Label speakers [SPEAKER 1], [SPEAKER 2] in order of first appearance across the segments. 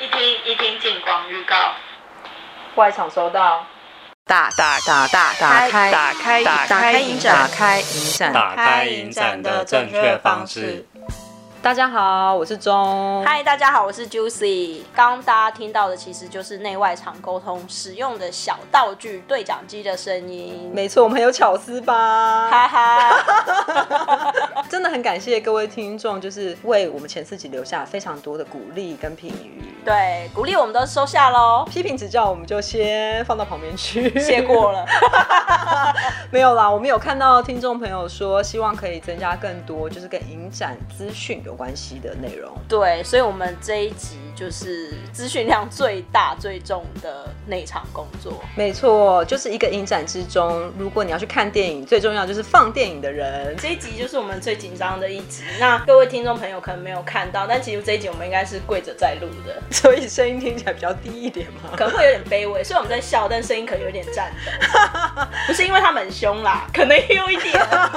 [SPEAKER 1] 一听一听进广预告，
[SPEAKER 2] 外场收到，
[SPEAKER 3] 打打打打打开打开打开影展，打开影展。
[SPEAKER 4] 打开影展的正确方式。
[SPEAKER 3] 大家好，我是钟。
[SPEAKER 1] 嗨，大家好，我是 Juicy。刚刚大家听到的其实就是内外场沟通使用的小道具对讲机的声音，
[SPEAKER 3] 没错，我们有巧思吧？
[SPEAKER 1] 哈哈，
[SPEAKER 3] 真的很感谢各位听众，就是为我们前四集留下非常多的鼓励跟评语。
[SPEAKER 1] 对，鼓励我们都收下喽，
[SPEAKER 3] 批评指教我们就先放到旁边去，
[SPEAKER 1] 谢过了。
[SPEAKER 3] 没有啦，我们有看到听众朋友说，希望可以增加更多就是跟影展资讯有关系的内容。
[SPEAKER 1] 对，所以我们这一集就是资讯量最大最重的内场工作。
[SPEAKER 3] 没错，就是一个影展之中，如果你要去看电影，最重要就是放电影的人。
[SPEAKER 1] 这一集就是我们最紧张的一集。那各位听众朋友可能没有看到，但其实这一集我们应该是跪着在录的，
[SPEAKER 3] 所以声音听起来比较低一点 嘛。
[SPEAKER 1] 可能会有点卑微。虽然我们在笑，但声音可能有点颤抖。不是因为他们很凶啦，可能也有一点。呃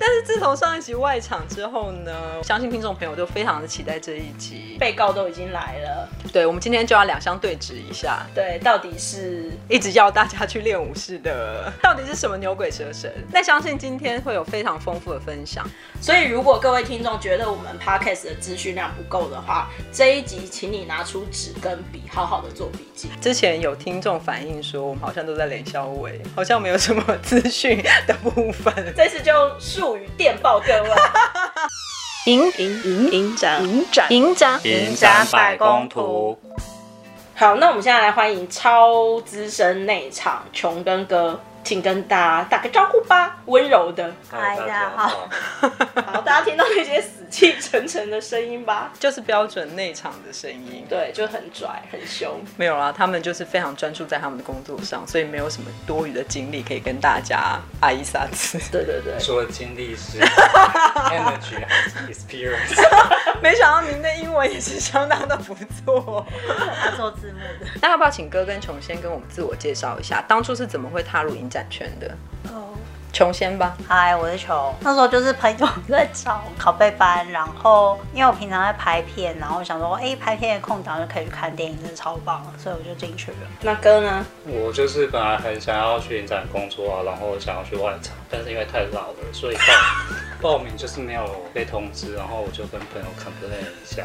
[SPEAKER 3] 但是自从上一集外场之后呢，相信听众朋友都非常的期待这一集。
[SPEAKER 1] 被告都已经来了，
[SPEAKER 3] 对，我们今天就要两相对峙一下，
[SPEAKER 1] 对，到底是
[SPEAKER 3] 一直要大家去练武士的， 到底是什么牛鬼蛇神？那相信今天会有非常丰富的分享。
[SPEAKER 1] 所以，如果各位听众觉得我们 podcast 的资讯量不够的话，这一集请你拿出纸跟笔，好好的做笔记。
[SPEAKER 3] 之前有听众反映说，我们好像都在连消委，好像没有什么资讯的部分。
[SPEAKER 1] 这次就用术语电报各位，
[SPEAKER 3] 影影影影展影展
[SPEAKER 2] 营长
[SPEAKER 4] 影展百工图，
[SPEAKER 1] 好，那我们现在来欢迎超资深内场琼根哥，请跟大家打个招呼吧，温柔的。
[SPEAKER 2] 嗨
[SPEAKER 4] 哎
[SPEAKER 2] 大家好，
[SPEAKER 1] 好，大家听到那些死气沉沉的声音吧？
[SPEAKER 3] 就是标准内场的声音。
[SPEAKER 1] 对，就很拽，很凶。
[SPEAKER 3] 没有啦，他们就是非常专注在他们的工作上，所以没有什么多余的精力可以跟大家阿伊萨兹。
[SPEAKER 1] 对对对，
[SPEAKER 4] 说的经历 是 energy 还是 experience？
[SPEAKER 3] 没想到您的英文也是相当的不错。
[SPEAKER 2] 他做字幕的。
[SPEAKER 3] 那要不要请哥跟琼先跟我们自我介绍一下，当初是怎么会踏入影展圈的？
[SPEAKER 2] 哦，
[SPEAKER 3] 琼先吧。
[SPEAKER 2] 嗨，我是球。那时候就是朋友在找拷贝班，然后因为我平常在拍片，然后我想说，哎、拍片的空档就可以去看电影，真的超棒，所以我就进去了。
[SPEAKER 1] 那哥呢？
[SPEAKER 4] 我就是本来很想要去影展工作啊，然后想要去外场，但是因为太老了，所以报报名就是没有被通知，然后我就跟朋友 complain 一下，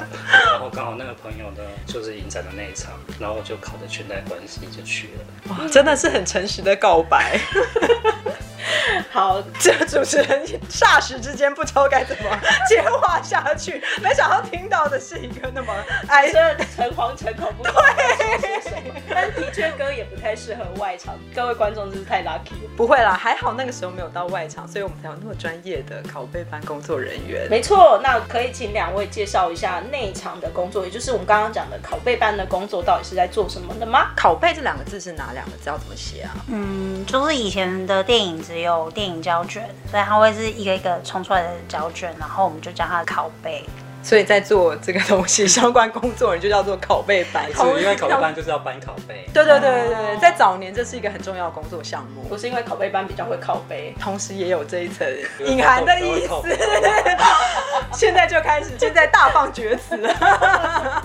[SPEAKER 4] 然后刚好那个朋友呢就是影展的那一场，然后我就考的裙带关系就去了。
[SPEAKER 3] 哇，啊真的是很诚实的告白，
[SPEAKER 1] 好，
[SPEAKER 3] 这主持人霎时之间不知道该怎么接话下去， 没想到听到的是一个那么哎哀
[SPEAKER 1] 真的诚惶诚恐，不知道该说些什么。但的确，哥也不太适合外场，各位观众真是太 lucky 了。
[SPEAKER 3] 不会啦，还好那个时候没有到外场，所以我们才有那么专业的拷贝班工作人员。
[SPEAKER 1] 没错，那可以请两位介绍一下内场的工作，也就是我们刚刚讲的拷贝班的工作到底是在做什么的吗？
[SPEAKER 3] 拷贝这两个字是哪两个字？要怎么写啊？
[SPEAKER 2] 嗯，就是以前的电影只有电影胶卷，所以它会是一个一个冲出来的胶卷，然后我们就叫它拷贝。
[SPEAKER 3] 所以在做这个东西相关工作人就叫做拷贝班。
[SPEAKER 4] 是 因为考班就是要搬拷贝，
[SPEAKER 3] 对对对对对，在早年这是一个很重要的工作项目
[SPEAKER 1] 不，是因为拷贝班比较会拷贝，
[SPEAKER 3] 同时也有这一层隐含的意思。现在就开始，现在大放厥词 了，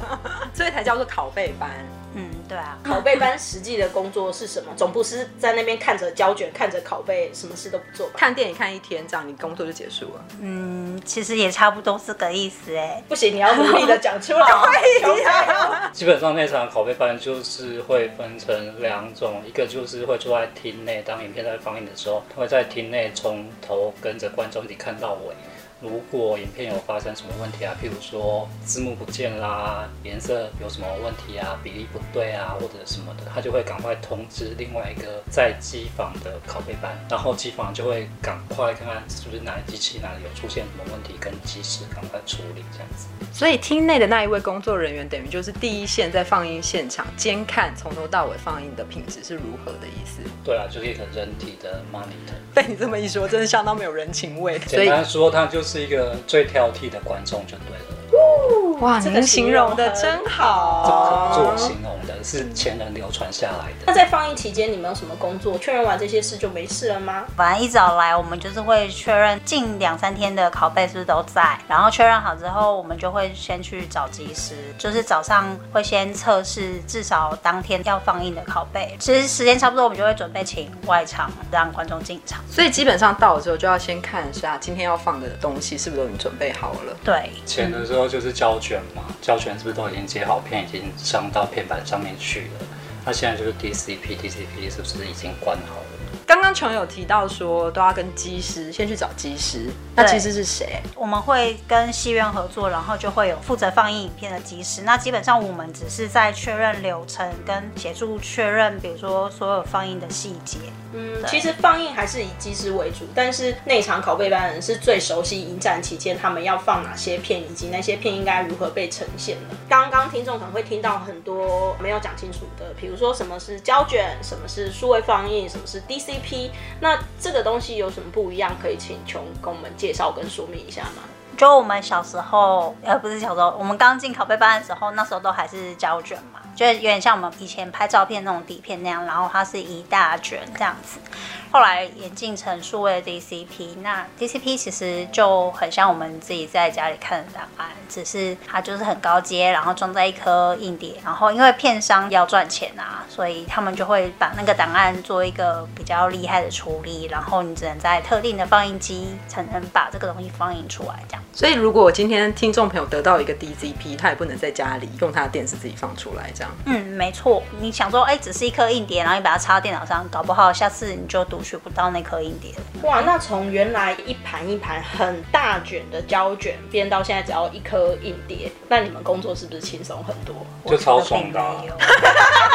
[SPEAKER 3] 所以才叫做拷贝班。
[SPEAKER 2] 嗯，对啊，
[SPEAKER 1] 拷贝班实际的工作是什么？总不是在那边看着胶卷，看着拷贝，什么事都不做吧？
[SPEAKER 3] 看电影看一天，这样你工作就结束了。
[SPEAKER 2] 嗯，其实也差不多是个意思哎。
[SPEAKER 1] 不行，你要努力的讲出 来。求加油
[SPEAKER 4] 基本上那场拷贝班就是会分成两种，一个就是会坐在厅内，当影片在放映的时候，会在厅内从头跟着观众一起看到尾。如果影片有发生什么问题啊，譬如说字幕不见啦，颜色有什么问题啊，比例不对啊，或者什么的，他就会赶快通知另外一个在机房的拷贝班，然后机房就会赶快看看是不是哪机器哪里有出现什么问题，跟及时赶快处理这样子。
[SPEAKER 3] 所以厅内的那一位工作人员，等于就是第一线在放映现场监看从头到尾放映的品质是如何的意思。
[SPEAKER 4] 对啊，就是一个人体的 monitor。
[SPEAKER 3] 被你这么一说，真的相当没有人情味。所
[SPEAKER 4] 简
[SPEAKER 3] 以
[SPEAKER 4] 单说，他就是一个最挑剔的观众就对了，
[SPEAKER 3] 哇，
[SPEAKER 1] 这个
[SPEAKER 3] 您形容的
[SPEAKER 1] 形容
[SPEAKER 4] 哦
[SPEAKER 3] 真好。
[SPEAKER 4] 做形容的是前人流传下来的。
[SPEAKER 1] 那在放映期间，你们有什么工作？确认完这些事就没事了吗？
[SPEAKER 2] 反正一早来，我们就是会确认近两三天的拷贝是不是都在，然后确认好之后，我们就会先去找技师，就是早上会先测试至少当天要放映的拷贝。其实时间差不多，我们就会准备请外场让观众进场。
[SPEAKER 3] 所以基本上到了之后，就要先看一下今天要放的东西是不是都已经准备好了。
[SPEAKER 2] 对，
[SPEAKER 4] 前的时候就是胶卷嘛，胶卷是不是都已经接好片，已经上到片板上面去了？那现在就是 DCP，DCP 是不是已经关好了？
[SPEAKER 3] 刚刚琼有提到说都要跟技师先去找技师，那
[SPEAKER 2] 对
[SPEAKER 3] 技师是谁？
[SPEAKER 2] 我们会跟戏院合作，然后就会有负责放映影片的技师。那基本上我们只是在确认流程跟协助确认，比如说所有放映的细节。
[SPEAKER 1] 嗯，
[SPEAKER 2] 对
[SPEAKER 1] 其实放映还是以机师为主，但是内场拷贝班人是最熟悉影展期间他们要放哪些片，以及那些片应该如何被呈现的。刚刚听众可能会听到很多没有讲清楚的，比如说什么是胶卷，什么是数位放映，什么是 DCP，那这个东西有什么不一样？可以请琼跟我们介绍跟说明一下吗？
[SPEAKER 2] 就我们小时候，呃，不是小时候，我们刚进拷贝班的时候，那时候都还是胶卷嘛，就是有点像我们以前拍照片那种底片那样，然后它是一大卷这样子。后来演进成数位的 DCP，那 DCP 其实就很像我们自己在家里看的档案，只是它就是很高阶，然后装在一颗硬碟，然后因为片商要赚钱啊，所以他们就会把那个档案做一个比较厉害的处理，然后你只能在特定的放映机才能把这个东西放映出来，这样。
[SPEAKER 3] 所以如果今天听众朋友得到一个 DZP，他也不能在家里用他的电视自己放出来，这样。
[SPEAKER 2] 嗯，没错。你想说，哎、只是一颗硬碟，然后你把它插到电脑上，搞不好下次你就读取不到那颗硬碟了。
[SPEAKER 1] 哇，那从原来一盘一盘很大卷的胶卷，变到现在只要一颗硬碟，那你们工作是不是轻松很多？
[SPEAKER 4] 就超爽的、啊
[SPEAKER 2] 我觉得并没。有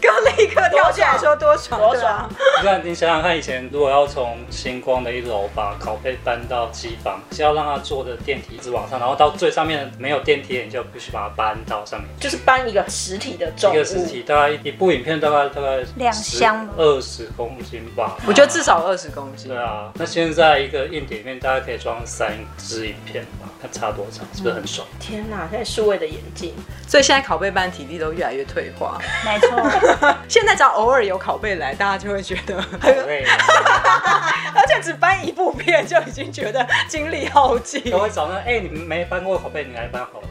[SPEAKER 3] 刚立刻跳起来说多爽，
[SPEAKER 1] 多爽
[SPEAKER 3] 对啊
[SPEAKER 4] 不然你想想看，以前如果要从星光的一楼把拷贝搬到机房，是要让它坐着电梯一直往上，然后到最上面没有电梯，你就必须把它搬到上面去。
[SPEAKER 1] 就是搬一个实体的重
[SPEAKER 4] 一
[SPEAKER 1] 物，
[SPEAKER 4] 个实体大概一部影片大概大概
[SPEAKER 2] 两箱吗
[SPEAKER 4] 二十公斤吧。
[SPEAKER 3] 我觉得至少二十公斤
[SPEAKER 4] 对。啊，那现在一个硬碟里面大概可以装三支影片吧，看差多少，是不是很爽？
[SPEAKER 1] 天哪，现在数位的眼镜，
[SPEAKER 3] 所以现在拷贝班体力都越来越退化。
[SPEAKER 2] 没错，
[SPEAKER 3] 现在只要偶尔有拷贝来，大家就会觉得很，
[SPEAKER 4] 好累啊，
[SPEAKER 3] 而且只搬一部片就已经觉得精力耗 尽，
[SPEAKER 4] 都会找那哎、你们没搬过拷贝，你来搬好了。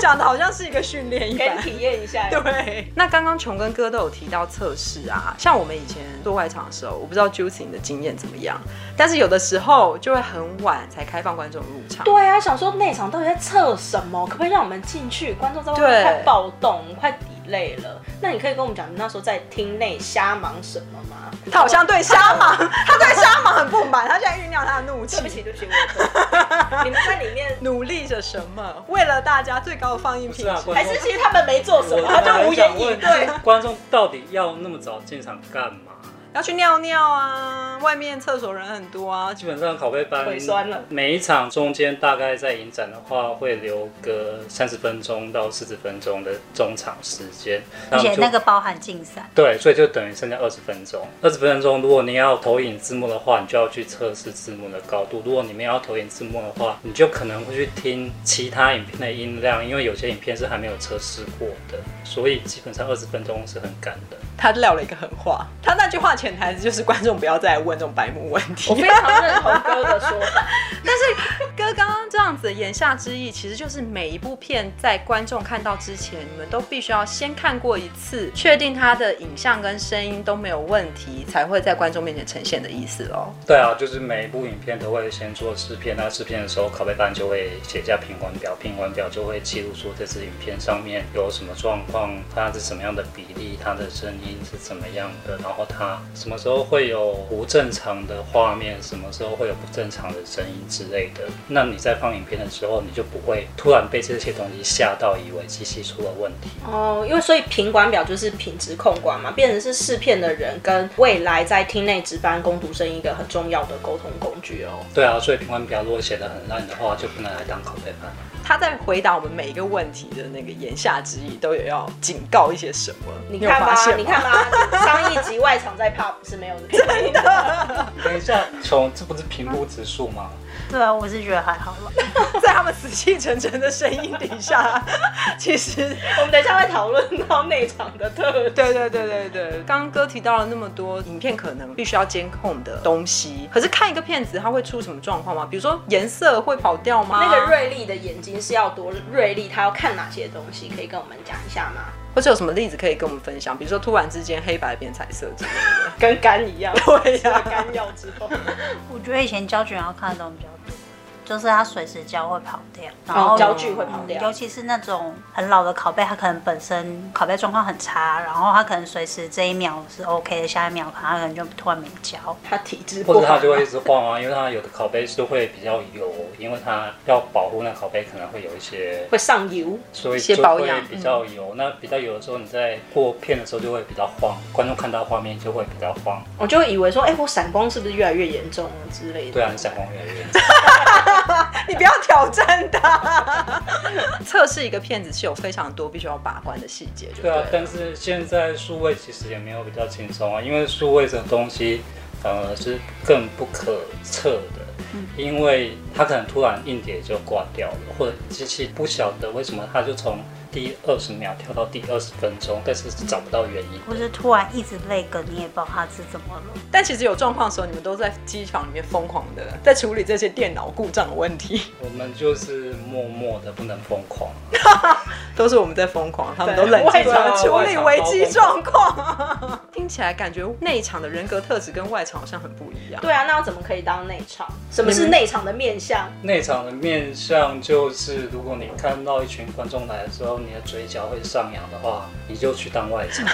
[SPEAKER 3] 讲的好像是一个训练一
[SPEAKER 1] 给
[SPEAKER 3] 般
[SPEAKER 1] 你。体验一下。
[SPEAKER 3] 对，那刚刚琼跟哥都有提到测试啊，像我们以前做外场的时候，我不知道 Juicy 你的经验怎么样，但是有的时候就会很晚才开放观众入场。
[SPEAKER 1] 对啊，想说内场到底在测什么？可不可以让我们进去？观众在外
[SPEAKER 3] 对
[SPEAKER 1] 面快暴动，快抵累了。那你可以跟我们讲，你那时候在厅内瞎忙什么吗？
[SPEAKER 3] 他好像对瞎 忙，他对瞎忙很不满，他现在酝酿他的怒
[SPEAKER 1] 对不起，
[SPEAKER 3] 气，
[SPEAKER 1] 对不起， 我错你们在里面，
[SPEAKER 3] 努力着什么？为了大家最高的放映
[SPEAKER 4] 不
[SPEAKER 3] 品
[SPEAKER 4] 是啊，
[SPEAKER 3] 质。
[SPEAKER 4] 观
[SPEAKER 1] 还
[SPEAKER 4] 众
[SPEAKER 1] 是其实他们没做什么，他就无言以对。，
[SPEAKER 4] 观众到底要那么早进场干嘛？
[SPEAKER 3] 要去尿尿啊，外面厕所人很多啊，
[SPEAKER 4] 基本上拷贝班
[SPEAKER 1] 腿酸了
[SPEAKER 4] 每一场中间大概在影展的话，会留个三十分钟到四十分钟的中场时间，
[SPEAKER 2] 而且
[SPEAKER 4] 就
[SPEAKER 2] 那个包含竞赛，
[SPEAKER 4] 对，所以就等于剩下二十分钟。二十分钟，如果你要投影字幕的话，你就要去测试字幕的高度；如果你没有要投影字幕的话，你就可能会去听其他影片的音量，因为有些影片是还没有测试过的，所以基本上二十分钟是很赶的。
[SPEAKER 3] 他撂了一个狠话，他那句话潜台词就是观众不要再问这种白目问题。
[SPEAKER 1] 我非常认同哥的说法，
[SPEAKER 3] 哥刚刚这样子的言下之意，其实就是每一部片在观众看到之前，你们都必须要先看过一次，确定它的影像跟声音都没有问题，才会在观众面前呈现的意思哦。
[SPEAKER 4] 对啊，就是每一部影片都会先做试片，那试片的时候，拷贝班就会写下评完表，评完表就会记录出这支影片上面有什么状况，它是什么样的比例，它的声音是怎么样的，然后它什么时候会有不正常的画面，什么时候会有不正常的声音之类的。那你在放影片的时候，你就不会突然被这些东西吓到，以为机器出了问题。
[SPEAKER 1] 哦，因为所以品管表就是品质控管嘛，变成是试片的人跟未来在厅内值班工读生一个很重要的沟通工具哦。
[SPEAKER 4] 对啊，所以评完表如果写的很烂的话，就不能来当拷贝班。
[SPEAKER 3] 他在回答我们每一个问题的那个言下之意，都有要警告一些什么。
[SPEAKER 1] 你
[SPEAKER 3] 有
[SPEAKER 1] 看
[SPEAKER 3] 发
[SPEAKER 1] 吧
[SPEAKER 3] 现，吗
[SPEAKER 1] 你看吧，上一集外场在 pub 是没有的，真的。
[SPEAKER 4] 等一下，从这不是评估指数吗？
[SPEAKER 2] 对啊，我是觉得还好了。
[SPEAKER 3] 在他们死气沉沉的声音底 下，其实
[SPEAKER 1] 我们等一下会讨论到内场的特
[SPEAKER 3] 对对对对对，刚刚哥提到了那么多影片可能必须要监控的东西，可是看一个片子它会出什么状况吗？比如说颜色会跑掉吗？
[SPEAKER 1] 那个锐利的眼睛是要多锐利，他要看哪些东西，可以跟我们讲一下吗？
[SPEAKER 3] 或者有什么例子可以跟我们分享？比如说突然之间黑白变彩色之类的。
[SPEAKER 1] 跟肝一样，
[SPEAKER 3] 对
[SPEAKER 1] 吃
[SPEAKER 3] 呀
[SPEAKER 1] 了肝药之 后，
[SPEAKER 2] 我觉得以前胶卷要看的东西比较多，就是它随时胶会跑掉，
[SPEAKER 1] 然
[SPEAKER 2] 然
[SPEAKER 1] 后
[SPEAKER 2] 后
[SPEAKER 1] 哦
[SPEAKER 2] 啊
[SPEAKER 1] 焦距会跑掉
[SPEAKER 2] 尤。其是那种很老的拷贝，它可能本身拷贝状况很差，然后它可能随时这一秒是 OK 的，下一秒它可能就突然没胶。
[SPEAKER 1] 他体质
[SPEAKER 4] 或
[SPEAKER 1] 不
[SPEAKER 4] 者它
[SPEAKER 1] 好，
[SPEAKER 4] 就会一直晃啊，因为它有的拷贝就会比较油，因为它要保护那拷贝可能会有一些，
[SPEAKER 1] 会上油。
[SPEAKER 4] 所以
[SPEAKER 3] 一些
[SPEAKER 4] 就
[SPEAKER 3] 保
[SPEAKER 4] 会
[SPEAKER 3] 养嗯
[SPEAKER 4] 比较油。那比较油的时候，你在过片的时候就会比较晃，观众看到画面就会比较晃。
[SPEAKER 1] 我就会以为说，哎、我闪光是不是越来越严重了之类的？
[SPEAKER 4] 对啊，你闪光越来越严重。
[SPEAKER 3] 你不要挑战他。 测试一个片子是有非常多必须要把关的细节，就
[SPEAKER 4] 对啊
[SPEAKER 3] 了，
[SPEAKER 4] 但是现在数位其实也没有比较轻松啊，因为数位这种东西反而是更不可测的，因为它可能突然硬碟就挂掉了，或者机器不晓得为什么它就从第二十秒跳到第二十分钟，但是找不到原因。
[SPEAKER 2] 或是突然一直泪梗，你也不知道它是怎么了。
[SPEAKER 3] 但其实有状况的时候，你们都在机房里面疯狂的 在处理这些电脑故障的问题，
[SPEAKER 4] 我们就是默默的不能疯狂，
[SPEAKER 3] 都是我们在疯狂，他们都
[SPEAKER 1] 对
[SPEAKER 3] 冷静
[SPEAKER 1] 外
[SPEAKER 3] 地
[SPEAKER 4] 场
[SPEAKER 3] 处理危机
[SPEAKER 4] 外场
[SPEAKER 3] 状况。 听起来感觉内场的人格特质跟外场好像很不一样。
[SPEAKER 1] 对啊，那要怎么可以当内场？什么是内场的面相？
[SPEAKER 4] 内场的面向就是，如果你看到一群观众来的时候，你的嘴角会上扬的话，你就去当外 场；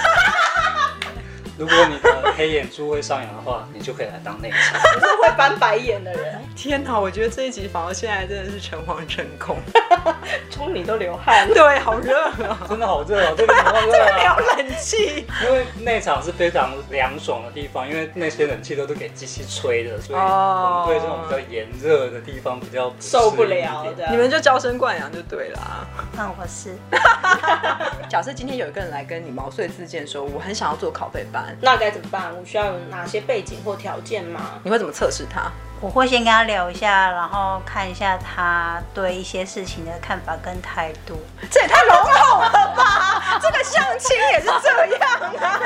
[SPEAKER 4] 如果你的黑眼珠会上扬的话，你就可以来当内场。
[SPEAKER 1] 我是会翻白眼的人，
[SPEAKER 3] 天哪，我觉得这一集反而现在真的是诚惶诚恐。
[SPEAKER 1] 冲你都流汗了。
[SPEAKER 3] 对，好热 啊，
[SPEAKER 4] 真的好热哦，这个 好热
[SPEAKER 3] 没有
[SPEAKER 4] 啊！
[SPEAKER 3] 冷气。
[SPEAKER 4] 因为内场是非常凉爽的地方，因为那些冷气都是给机器吹的，所以
[SPEAKER 3] 哦
[SPEAKER 4] 我们对这种比较炎热的地方比较适应
[SPEAKER 1] 受不了
[SPEAKER 4] 一
[SPEAKER 1] 的，
[SPEAKER 4] 点。
[SPEAKER 3] 你们就娇生惯养就对了啊。
[SPEAKER 2] 那我是
[SPEAKER 3] 假设今天有一个人来跟你毛遂自荐说，我很想要做拷贝班，
[SPEAKER 1] 那该怎么办？我需要有哪些背景或条件吗？
[SPEAKER 3] 你会怎么测试他？
[SPEAKER 2] 我会先跟他聊一下，然后看一下他对一些事情的看法跟态度。
[SPEAKER 3] 这也太笼统了吧！这个相亲也是这样啊。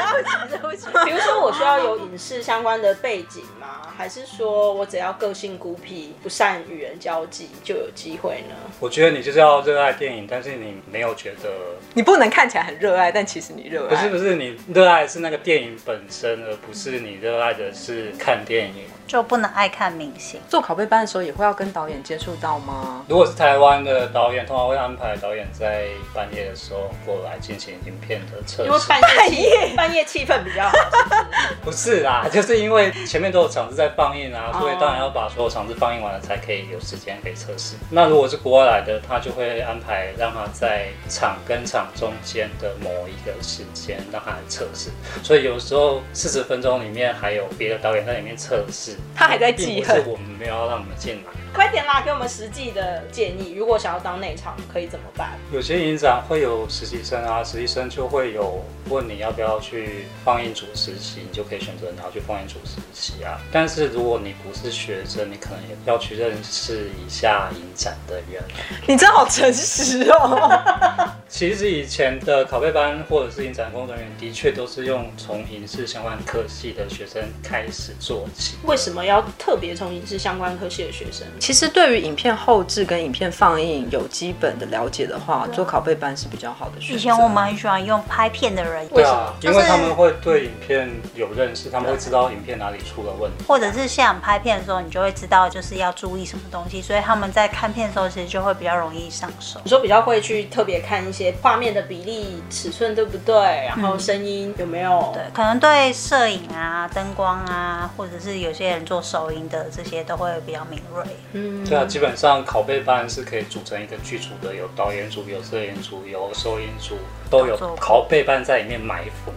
[SPEAKER 1] 比如说，我需要有影视相关的背景吗？还是说我只要个性孤僻、不善与人交际就有机会呢？
[SPEAKER 4] 我觉得你就是要热爱电影，但是你没有觉得
[SPEAKER 3] 你不能看起来很热爱，但其实你热爱。
[SPEAKER 4] 不是不是，你热爱的是那个电影本身，而不是你热爱的是看电影。
[SPEAKER 2] 就不能爱看明星。
[SPEAKER 3] 做拷贝班的时候也会要跟导演接触到吗？
[SPEAKER 4] 如果是台湾的导演，通常会安排导演在半夜的时候过来进行影片的测
[SPEAKER 1] 因为
[SPEAKER 4] 试。
[SPEAKER 1] 半夜气半夜气氛比较好，
[SPEAKER 4] 不是啦， 就是因为前面都有场次在放映啊，
[SPEAKER 1] 哦
[SPEAKER 4] 所以当然要把所有场次放映完了，才可以有时间可以测试。那如果是国外来的，他就会安排让他在场跟场中间的某一个时间让他来测试。所以有时候四十分钟里面还有别的导演在里面测试，
[SPEAKER 3] 他还在
[SPEAKER 4] 并
[SPEAKER 3] 记
[SPEAKER 4] 不是
[SPEAKER 3] 恨。
[SPEAKER 4] 我们没有要让你们进来。
[SPEAKER 1] 快点啦，给我们实际的建议。如果想要当内场，可以怎么办？
[SPEAKER 4] 有些影展会有实习生啊，实习生就会有问你要不要去放映组实习，你就可以选择你要去放映组实习啊。但是如果你不是学生，你可能也要去认识一下影展的人。啊
[SPEAKER 3] 你真好诚实哦。
[SPEAKER 4] 其实以前的拷贝班或者是影展工作人员，的确都是用从影视相关科系的学生开始做起。
[SPEAKER 1] 为什么要特别从影视相关科系的学生？
[SPEAKER 3] 其实对于影片后置跟影片放映有基本的了解的话，做拷贝班是啊比较好的选择。
[SPEAKER 2] 啊以前我们很喜欢用拍片的人，
[SPEAKER 4] 对啊，因
[SPEAKER 2] 就
[SPEAKER 4] 为
[SPEAKER 2] 是
[SPEAKER 4] 他们会对影片有认识，他们会知道影片哪里出了问题。
[SPEAKER 2] 或者是现场拍片的时候，你就会知道就是要注意什么东西，所以他们在看片的时候其实就会比较容易上手。
[SPEAKER 1] 你说比较会去特别看一些画面的比例、尺寸对不对，然后声音有没有？
[SPEAKER 2] 对，可能对摄影啊、灯光啊，或者是有些人做收音的这些都会比较敏锐。
[SPEAKER 1] 嗯，
[SPEAKER 4] 对啊，基本上拷贝班是可以组成一个剧组的，有导演组、有摄影组、有收音组，都有拷贝班在里面埋伏。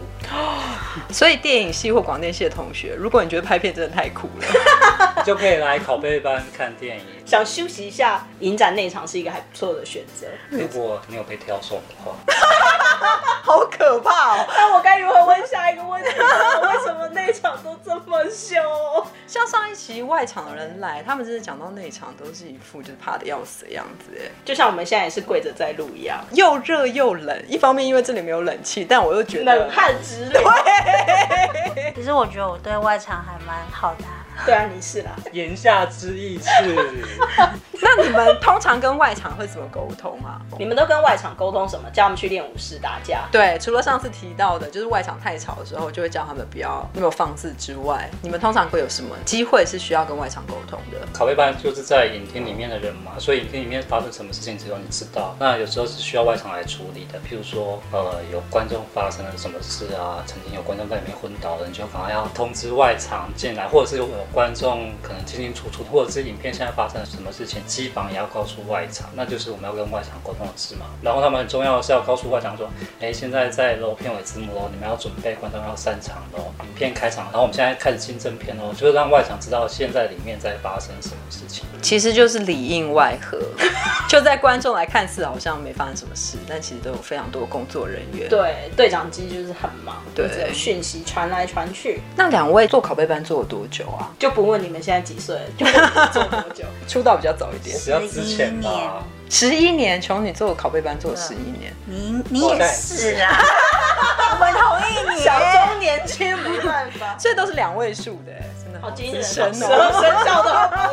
[SPEAKER 3] 所以电影系或广电系的同学，如果你觉得拍片真的太苦了，
[SPEAKER 4] 就可以来拷贝班看电影。
[SPEAKER 1] 想休息一下，影展内场是一个还不错的选择。
[SPEAKER 4] 如果你有被挑中的话，
[SPEAKER 3] 好可怕 哦！
[SPEAKER 1] 那我该如何问下一个问题呢？为什么内场都这么凶？
[SPEAKER 3] 像上一期外场的人来，他们真的讲到内场都是一副就是怕的要死的样子，哎，
[SPEAKER 1] 就像我们现在也是跪着在录一样，
[SPEAKER 3] 又热又冷。一方面因为这里没有冷气，但我又觉得
[SPEAKER 1] 冷汗直流。
[SPEAKER 2] 其实我觉得我对外场还蛮好的啊、
[SPEAKER 1] 对啊，你是啦。
[SPEAKER 4] 言下之意是，
[SPEAKER 3] 那你们通常跟外场会怎么沟通 啊？
[SPEAKER 1] 你们都跟外场沟通什么？叫他们去练武士打架。
[SPEAKER 3] 对，除了上次提到的，就是外场太吵的时候，就会叫他们不要那么放肆之外，你们通常会有什么机会是需要跟外场沟通的？
[SPEAKER 4] 拷贝班就是在影厅里面的人嘛，所以影厅里面发生什么事情只有你知道。那有时候是需要外场来处理的，譬如说，呃，有观众发生了什么事啊，曾经有观众在里面昏倒了，你就赶快要通知外场进来，或者是有观众可能进进出出，或者是影片现在发生了什么事情，机房也要告诉外场，那就是我们要跟外场沟通的事嘛。然后他们很重要的是要告诉外场说，哎，现在在楼片尾字幕哦，你们要准备观众要散场喽，影片开场，然后我们现在开始进正片哦，就是让外场知道现在里面在发生什么事情。
[SPEAKER 3] 其实就是里应外合， 就在观众来看似好像没发生什么事，但其实都有非常多工作人员。，
[SPEAKER 1] 对，队长机就是很忙，
[SPEAKER 3] 对
[SPEAKER 1] 一直有讯息传来传去，
[SPEAKER 3] 那两位做拷贝班做了多久啊？
[SPEAKER 1] 就不问你们现在几岁了，就问你们做多 久。
[SPEAKER 3] 出道比较早一点，
[SPEAKER 4] 只要之前
[SPEAKER 2] 11年
[SPEAKER 4] 吧，
[SPEAKER 3] 十一年，穷女做拷贝班做了十一年。，
[SPEAKER 2] 你你
[SPEAKER 4] 我
[SPEAKER 2] 也
[SPEAKER 4] 在
[SPEAKER 2] 是啊， 我们同意你。
[SPEAKER 1] 小中年轻没办法
[SPEAKER 3] 这都是两位数的、欸真的
[SPEAKER 1] 好惊人哦，
[SPEAKER 3] 资深
[SPEAKER 1] 十
[SPEAKER 3] 哦
[SPEAKER 1] 二 生肖都要跑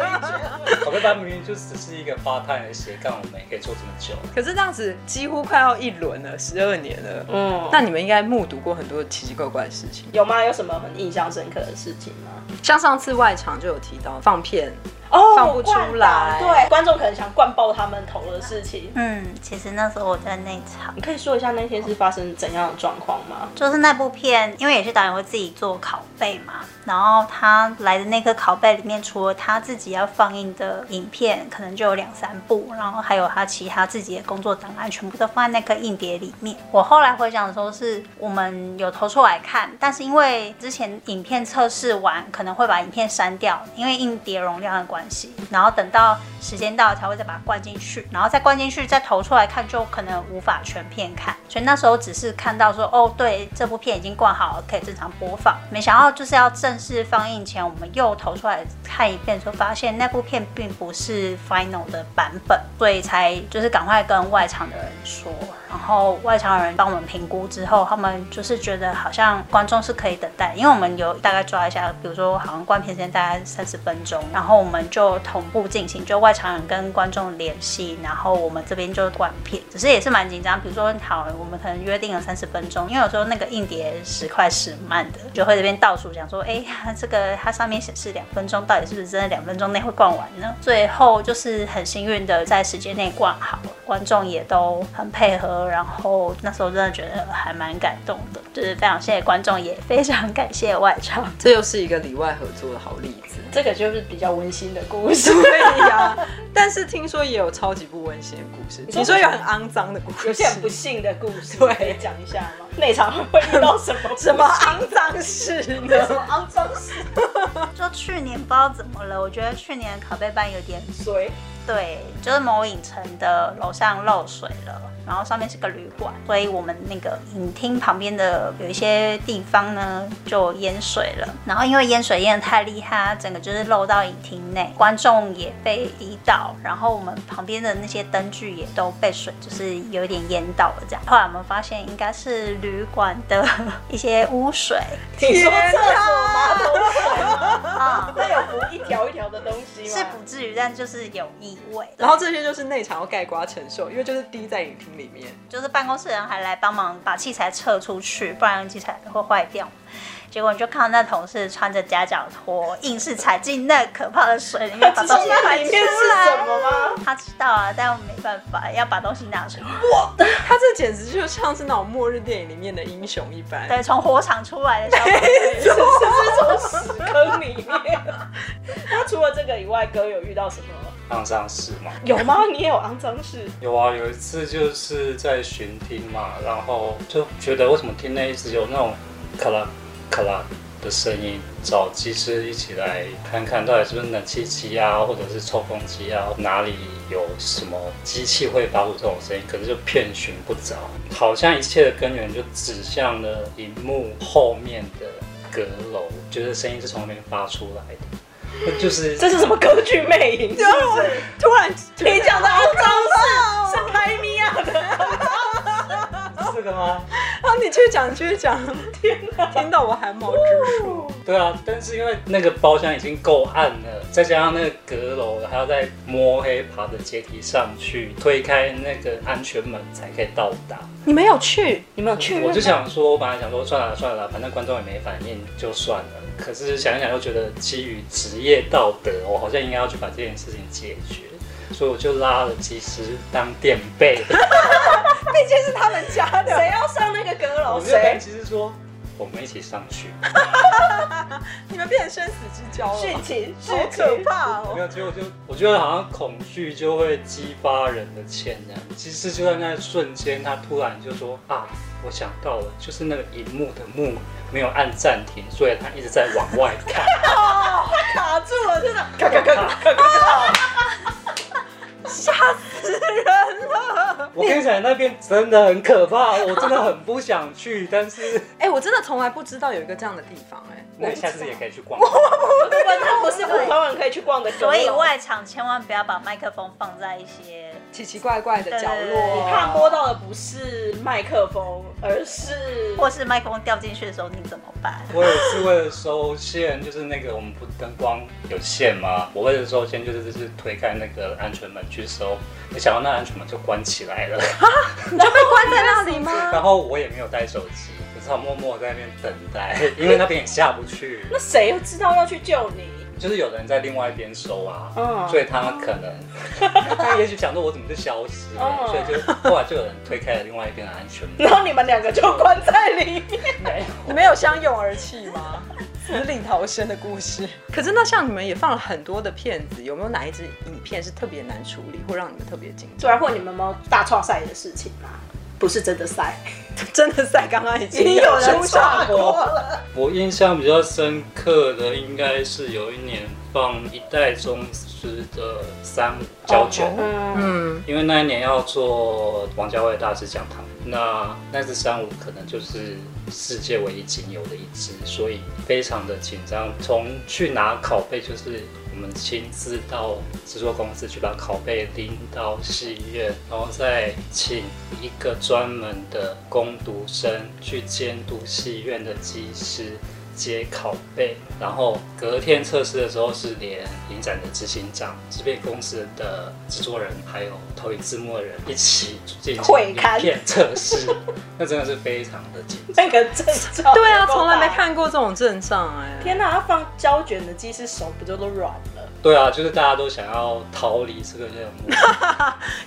[SPEAKER 1] 一圈。
[SPEAKER 4] 拷贝班明明就只是一个发探的斜杠，我们也可以做这么久。
[SPEAKER 3] 可是这样子几乎快要一轮了，十二年了。
[SPEAKER 1] 嗯，
[SPEAKER 3] 那你们应该目睹过很多奇奇怪怪的事情，
[SPEAKER 1] 有吗？有什么很印象深刻的事情吗？
[SPEAKER 3] 像上次外场就有提到放片，
[SPEAKER 1] 哦
[SPEAKER 3] 放不出来
[SPEAKER 1] 对，观众可能想灌爆他们头的事情。
[SPEAKER 2] 嗯，其实那时候我在内场，
[SPEAKER 1] 你可以说一下那天是发生怎样的状况吗？
[SPEAKER 2] 就是那部片，因为也是导演会自己做拷贝嘛，然后他来的那颗拷贝里面，除了他自己要放映的影片，可能就有两三部，然后还有他其他自己的工作档案，全部都放在那颗硬碟里面。我后来回想的时候，是我们有投出来看，但是因为之前影片测试完，可能会把影片删掉，因为硬碟容量的关系，然后等到时间到了才会再把它灌进去，然后再灌进去再投出来看，就可能无法全片看。所以那时候只是看到说，哦，对，这部片已经灌好了，可以正常播放。没想到就是要正式放映前，我们又投出来看一遍，说发现那部片并不是 final 的版本，所以才就是赶快跟外场的人说，然后外场的人帮我们评估之后，他们就是觉得好像观众是可以等待，因为我们有大概抓一下，比如说好像观片时间大概三十分钟，然后我们就同步进行，就外场人跟观众联系，然后我们这边就观片，只是也是蛮紧张。比如说好，我们可能约定了三十分钟，因为有时候那个硬碟时快时慢的，就会这边倒数想说，哎，它这个它上面显示两分钟，到底是不是真的两分钟内会灌完呢？最后就是很幸运的在时间内灌好了，观众也都很配合，然后那时候真的觉得还蛮感动的，就是非常谢谢观众，也非常感谢外 场。
[SPEAKER 3] 这又是一个里外合作的好例子。
[SPEAKER 1] 这个就是比较温馨的故 事。
[SPEAKER 3] 对呀、但是听说也有超级不温馨的故事，
[SPEAKER 1] 说
[SPEAKER 3] 你说有很肮脏的故事，
[SPEAKER 1] 有些很不幸的故事，
[SPEAKER 3] 对
[SPEAKER 1] 可以讲一下吗？内场会遇到 什么
[SPEAKER 3] 什么肮脏事
[SPEAKER 1] 什么
[SPEAKER 3] 呢？
[SPEAKER 1] 肮脏事？
[SPEAKER 2] 就去年不知道怎么了，我觉得去年拷贝班有点
[SPEAKER 1] 谁？
[SPEAKER 2] 对，就是某影城的楼上漏水了，然后上面是个旅馆，所以我们那个影厅旁边的有一些地方呢就淹水了，然后因为淹水淹的太厉害，它整个就是漏到影厅内，观众也被滴到，然后我们旁边的那些灯具也都被水就是有点淹到了这样。后来我们发现应该是旅馆的 一些污水
[SPEAKER 1] 你说厕所马桶水吗？
[SPEAKER 2] 啊。
[SPEAKER 1] 那有浮一条一条的东西吗？
[SPEAKER 2] 是不至于，但就是有异味。
[SPEAKER 3] 然后这些就是内场要盖瓜承受，因为就是滴在影厅里面。
[SPEAKER 2] 就是办公室人还来帮忙把器材撤出去，不然器材会坏掉。结果你就看到那同事穿着夹脚拖，硬是踩进那可怕的水里面，把
[SPEAKER 1] 知
[SPEAKER 2] 东
[SPEAKER 1] 道
[SPEAKER 2] 西
[SPEAKER 1] 那
[SPEAKER 2] 拿
[SPEAKER 1] 里
[SPEAKER 2] 出
[SPEAKER 1] 面是什
[SPEAKER 2] 来。
[SPEAKER 1] 么吗？
[SPEAKER 2] 他知道啊，但没办法，要把东西拿出来。
[SPEAKER 3] 他这简直就像是那种末日电影里面的英雄一般。
[SPEAKER 2] 对，从火场出来的时候，
[SPEAKER 1] 是是是从屎坑里面。那除了这个以外，哥有遇到什么？
[SPEAKER 4] 肮脏事嘛？
[SPEAKER 1] 有吗？你也有肮脏事？
[SPEAKER 4] 有啊，有一次就是在巡听嘛，然后就觉得为什么厅内一直有那种咔啦咔啦的声音，找技师一起来看看到底是不是冷气机啊，或者是抽风机啊，哪里有什么机器会发出这种声音，可是就遍寻不着，好像一切的根源就指向了荧幕后面的阁楼，觉得声音是从那边发出来的，那就是
[SPEAKER 1] 这是什么歌剧魅影？
[SPEAKER 3] 然后我突然
[SPEAKER 1] 你讲的肮脏是是拍米娅的，
[SPEAKER 4] 这个
[SPEAKER 3] 啊，
[SPEAKER 4] 吗？
[SPEAKER 3] 你继续讲，你继续讲，天哪，听到我汗毛直竖。
[SPEAKER 4] 对啊，但是因为那个包厢已经够暗了，再加上那个阁楼还要再摸黑爬着阶梯上去，推开那个安全门才可以到达。
[SPEAKER 3] 你没有去，你没有啊去，
[SPEAKER 4] 我就想说，我本来想说算了算了，反正观众也没反应，就算了。可是想一想又觉得基于职业道德，我好像应该要去把这件事情解决，所以我就拉了技师当垫 背。
[SPEAKER 3] 毕竟是他们家的。
[SPEAKER 1] 谁要上那个阁
[SPEAKER 4] 我
[SPEAKER 1] 楼？
[SPEAKER 4] 就跟
[SPEAKER 1] 谁？
[SPEAKER 4] 技师说，我们一起上去。
[SPEAKER 3] 你们变成生死之交了，
[SPEAKER 1] 殉情，殉
[SPEAKER 3] 好可
[SPEAKER 1] 情。
[SPEAKER 3] 怕
[SPEAKER 4] 没
[SPEAKER 3] 哦！
[SPEAKER 4] 有，结果就我觉得好像恐惧就会激发人的潜能。其实就在那一瞬间，他突然就说啊，我想到了，就是那个荧幕的幕没有按暂停，所以他一直在往外看。
[SPEAKER 1] 卡住了，真的，咔咔咔咔咔
[SPEAKER 4] 我跟你讲，那边真的很可怕，我真的很不想去，但是
[SPEAKER 3] 哎、我真的从来不知道有一个这样的地方、哎，
[SPEAKER 4] 我们下次也可以去 逛。
[SPEAKER 1] 反正不是普通人可以去逛的阁楼。
[SPEAKER 2] 所以外场千万不要把麦克风放在一些
[SPEAKER 3] 奇奇怪怪的角
[SPEAKER 2] 对对对
[SPEAKER 3] 落，
[SPEAKER 2] 你
[SPEAKER 1] 怕摸到的不是麦克风，而是
[SPEAKER 2] 或是麦克风掉进去的时候，你怎么办？
[SPEAKER 4] 我也是为了收线，就是那个我们不灯光有线嘛，我为了收线就是就是推开那个安全门去收，没想到那安全门就关起来了。
[SPEAKER 3] 你就被关在那里吗？
[SPEAKER 4] 然后我也没有带手机，我只好默默在那边等待，因为那边也下不去，
[SPEAKER 1] 那谁又知道要去救你？
[SPEAKER 4] 就是有人在另外一边收啊，
[SPEAKER 1] 嗯
[SPEAKER 4] 所以他可能 他也许想说我怎么就消失了，
[SPEAKER 1] 嗯
[SPEAKER 4] 所以就后来就有人推开了另外一边的安全门，
[SPEAKER 1] 然后你们两个就关在里面。
[SPEAKER 4] 没有
[SPEAKER 3] 你们有相拥而泣吗？ 死里逃生的故事。可是那像你们也放了很多的片子，有没有哪一支影片是特别难处理，或让你们特别紧
[SPEAKER 1] 主然或你们有没有大创赛的事情啊？不是真的赛，
[SPEAKER 3] 张？ 真的在刚刚已
[SPEAKER 1] 已经有人
[SPEAKER 3] 出岔
[SPEAKER 1] 撞
[SPEAKER 3] 过
[SPEAKER 1] 过
[SPEAKER 3] 了。
[SPEAKER 1] 了。
[SPEAKER 4] 我印象比较深刻的应该是有一年放一代宗师的三五胶卷。
[SPEAKER 1] 嗯，
[SPEAKER 3] 嗯，
[SPEAKER 4] 因为那一年要做王家卫大师讲堂，那那只三五可能就是世界唯一仅有的一只，所以非常的紧张。从去拿拷贝，就是我们亲自到制作公司去把拷贝拎到戏院，然后再请一个专门的攻读生去监督戏院的技师。接拷贝，然后隔天测试的时候是连影展的执行长、制片公司的制作人，还有投影字幕的人一起进行
[SPEAKER 1] 会
[SPEAKER 4] 影
[SPEAKER 1] 刊
[SPEAKER 4] 片测试，那真的是非常的紧张。
[SPEAKER 1] 那个证照，
[SPEAKER 3] 对啊，从来没。看过这种阵仗哎、
[SPEAKER 1] 天哪，他放胶卷的技师手不就都软了？
[SPEAKER 4] 对啊，就是大家都想要逃离这个任务，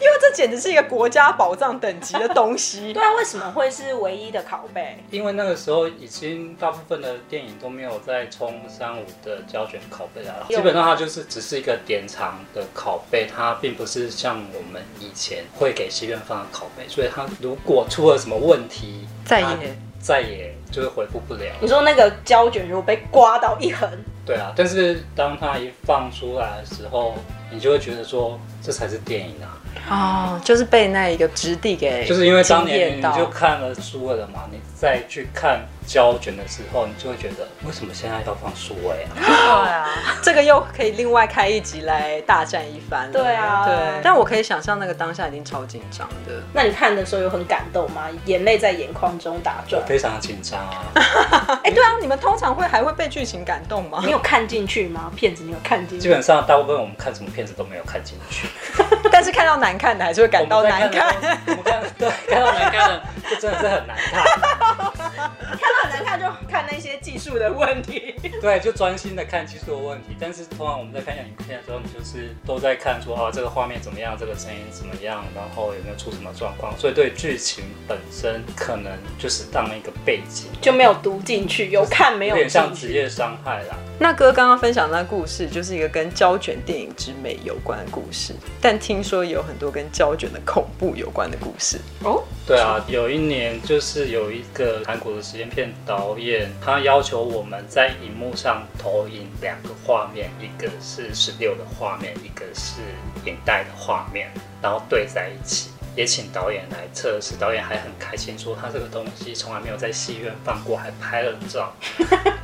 [SPEAKER 3] 因为这简直是一个国家宝藏等级的东 西。
[SPEAKER 1] 对啊，为什么会是唯一的拷贝？
[SPEAKER 4] 因为那个时候已经大部分的电影都没有在冲三五的胶卷拷贝啊，基本上它就是只是一个典藏的拷贝，它并不是像我们以前会给戏院放的拷贝，所以它如果出了什么问题，
[SPEAKER 3] 再
[SPEAKER 4] 它
[SPEAKER 3] 也
[SPEAKER 4] 再也就是回复不了。
[SPEAKER 1] 你说那个胶卷如果被刮到一横，
[SPEAKER 4] 对啊，但是当它一放出来的时候，你就会觉得说这才是电影啊，
[SPEAKER 3] 哦，就是被那一个质地给
[SPEAKER 4] 就是因为当
[SPEAKER 3] 惊
[SPEAKER 4] 年
[SPEAKER 3] 艳
[SPEAKER 4] 你
[SPEAKER 3] 到
[SPEAKER 4] 就看了书了嘛，你再去看胶卷的时候，你就会觉得为什么现在要放书位啊？
[SPEAKER 2] 对啊，
[SPEAKER 3] 这个又可以另外开一集来大战一番了。
[SPEAKER 1] 对啊
[SPEAKER 3] 对。但我可以想象那个当下已经超紧张的。
[SPEAKER 1] 那你看的时候有很感动吗？眼泪在眼眶中打转
[SPEAKER 4] 我。非常紧张啊，
[SPEAKER 3] 哎、对啊，你们通常会还会被剧情感动吗
[SPEAKER 1] 你？有看进去吗？骗子，你有看进
[SPEAKER 4] 基
[SPEAKER 1] 去？
[SPEAKER 4] 本上大部分我们看什么片子都没有看进去，
[SPEAKER 3] 但是看到难看的还是会感到难看。
[SPEAKER 4] 我们看对看到难看的，就真的是很难看，
[SPEAKER 1] 看到很难看就看那些技术的问题。
[SPEAKER 4] 对，就专心的看技术的问题。但是通常我们在看影片的时候，你就是都在看说啊这个画面怎么样，这个声音怎么样，然后有没有出什么状况，所以对剧情本身可能就是当一个背景。
[SPEAKER 1] 就没有读进去，有看没
[SPEAKER 4] 有
[SPEAKER 1] 有
[SPEAKER 4] 点像
[SPEAKER 1] 进
[SPEAKER 4] 职
[SPEAKER 1] 去。
[SPEAKER 4] 业伤害啦。
[SPEAKER 3] 那哥刚刚分享的那故事，就是一个跟胶卷电影之美有关的故事，但听说也有很多跟胶卷的恐怖有关的故事。
[SPEAKER 1] 哦，
[SPEAKER 4] 对啊，有一年就是有一个韩国的实验片导演，他要求我们在荧幕上投影两个画面，一个是十六的画面，一个是影带的画面，然后对在一起。也请导演来测试，导演还很开心说他这个东西从来没有在戏院放过，还拍了照。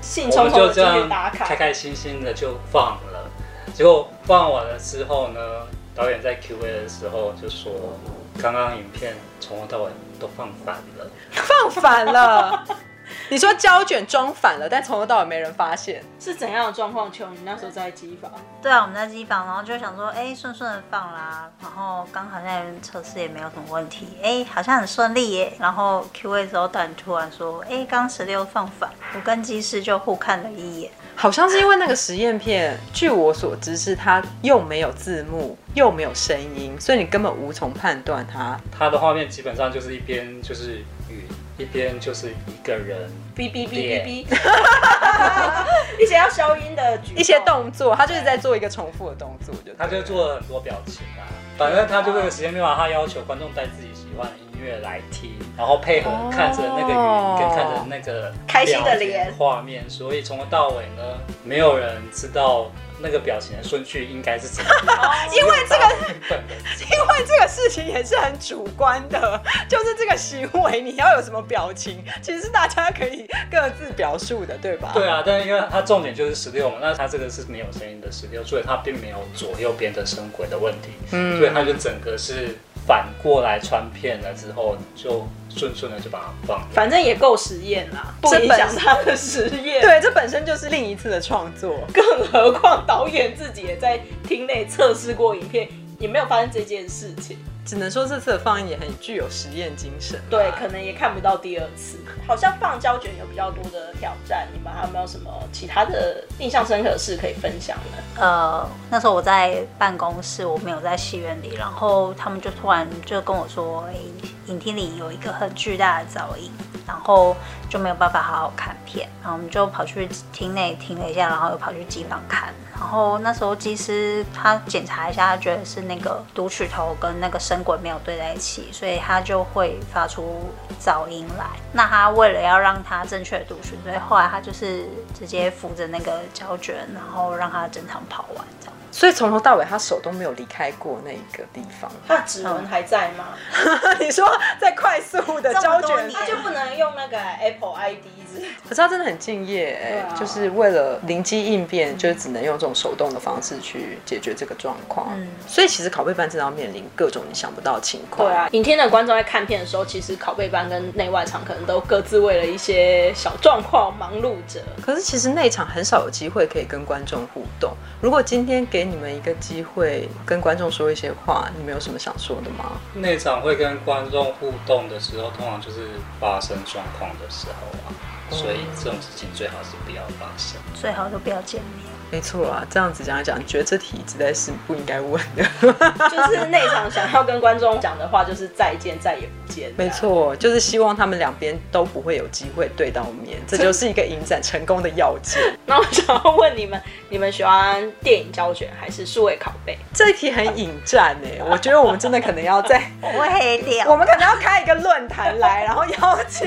[SPEAKER 1] 兴
[SPEAKER 4] 我
[SPEAKER 1] 冲
[SPEAKER 4] 们
[SPEAKER 1] 冲
[SPEAKER 4] 就
[SPEAKER 1] 的
[SPEAKER 4] 这
[SPEAKER 1] 进去
[SPEAKER 4] 样
[SPEAKER 1] 打
[SPEAKER 4] 开
[SPEAKER 1] 卡，
[SPEAKER 4] 开心心的就放了。结果放完了之后呢，导演在 Q&A 的时候就说，刚刚影片从头到尾都放反了。
[SPEAKER 3] 放反了。 你说胶卷装反了，但从头到尾没人发现。
[SPEAKER 1] 是怎样的状况？求你那时候在机房，
[SPEAKER 2] 对啊，我们在机房，然后就想说，哎，顺顺的放啦，然后刚好在测试也没有什么问题，哎，好像很顺利耶。然后 Q A 的时候，但突然说，哎，刚十六放反，我跟机师就互看了一眼，
[SPEAKER 3] 好像是因为那个实验片，据我所知是它又没有字幕，又没有声音，所以你根本无从判断它。
[SPEAKER 4] 他的画面基本上就是一边就是雨，一边就是一个人。
[SPEAKER 1] 哔哔哔哔哔， 一些要消音的举
[SPEAKER 3] 一些，动作，他就是在做一个重复的动作，就
[SPEAKER 4] 他就做了很多表情啊，
[SPEAKER 1] 哦
[SPEAKER 4] 反正他就这个时间没法，他要求观众带自己喜欢的音乐来听，然后配合看着那个
[SPEAKER 3] 哦
[SPEAKER 4] 云跟看着那个
[SPEAKER 1] 开心的脸
[SPEAKER 4] 表情画面，所以从头到尾呢，没有人知道那个表情的顺序应该是怎么 样，因为这个本的
[SPEAKER 3] 因为这个事情也是很主观的，就是这个行为你要有什么表情，其实是大家可以各自表述的，对吧？
[SPEAKER 4] 对啊，但是因为它重点就是十六嘛，那它这个是没有声音的十六，所以它并没有左右边的声轨的问题，
[SPEAKER 3] 嗯
[SPEAKER 4] 所以它就整个是反过来穿片了之后，就顺顺的就把它放了。
[SPEAKER 1] 反正也够实验啦，不
[SPEAKER 3] 这
[SPEAKER 1] 影
[SPEAKER 3] 本
[SPEAKER 1] 响他的实验。，
[SPEAKER 3] 对，这本身就是另一次的创作。
[SPEAKER 1] 更何况导演自己也在厅内测试过影片，也没有发生这件事情。
[SPEAKER 3] 只能说这次的放映也很具有实验精神。
[SPEAKER 1] 对，可能也看不到第二次。好像放胶卷有比较多的挑战，你们还有没有什么其他的印象深刻的事可以分享呢？
[SPEAKER 2] 呃，那时候我在办公室，我没有在戏院里，然后他们就突然就跟我说，哎、影厅里有一个很巨大的噪音，然后就没有办法好好看片，然后我们就跑去厅内听了一下，然后又跑去机房看，然后那时候技师他检查一下，他觉得是那个读取头跟那个声轨没有对在一起，所以他就会发出噪音来。那他为了要让它正确地读取，所以后来他就是直接扶着那个胶卷，然后让它整场跑完这样。
[SPEAKER 3] 所以从头到尾，他手都没有离开过那个地方。
[SPEAKER 1] 他指纹还在吗？
[SPEAKER 3] 嗯 你说在快速的胶
[SPEAKER 2] 这么多
[SPEAKER 3] 卷
[SPEAKER 2] 年，
[SPEAKER 1] 他就不能用 那个 Apple ID 之类的。
[SPEAKER 3] 可是他真的很敬业、哎
[SPEAKER 1] 啊
[SPEAKER 3] 就是为了灵机应变，就是只能用这种手动的方式去解决这个状况。
[SPEAKER 2] 嗯
[SPEAKER 3] 所以其实拷贝班真的要面临各种你想不到的情况。
[SPEAKER 1] 对啊，影厅的观众在看片的时候，其实拷贝班跟内外场可能都各自为了一些小状况忙碌 着。
[SPEAKER 3] 可是其实那一场很少有机会可以跟观众互动。如果今天给你们一个机会跟观众说一些话，你们有什么想说的吗？
[SPEAKER 4] 内场会跟观众互动的时候，通常就是发生状况的时候啊，
[SPEAKER 3] 哦
[SPEAKER 4] 所以这种事情最好是不要发生。
[SPEAKER 2] 最好都不要见面。
[SPEAKER 3] 没错啊，这样子讲一讲，觉得这题实在是不应该问的。
[SPEAKER 1] 就是内场想要跟观众讲的话，就是再见，再也不见。
[SPEAKER 3] 没，错，就是希望他们两边都不会有机会对到 面，这就是一个影展成功的要 件。
[SPEAKER 1] 那我想要问你们，你们喜欢电影胶卷还是数位拷贝？
[SPEAKER 3] 这一题很引战哎、我觉得我们真的可能要在，
[SPEAKER 2] 我会黑
[SPEAKER 3] 我
[SPEAKER 2] 掉。
[SPEAKER 3] 们可 能要开一个论坛来，然后邀请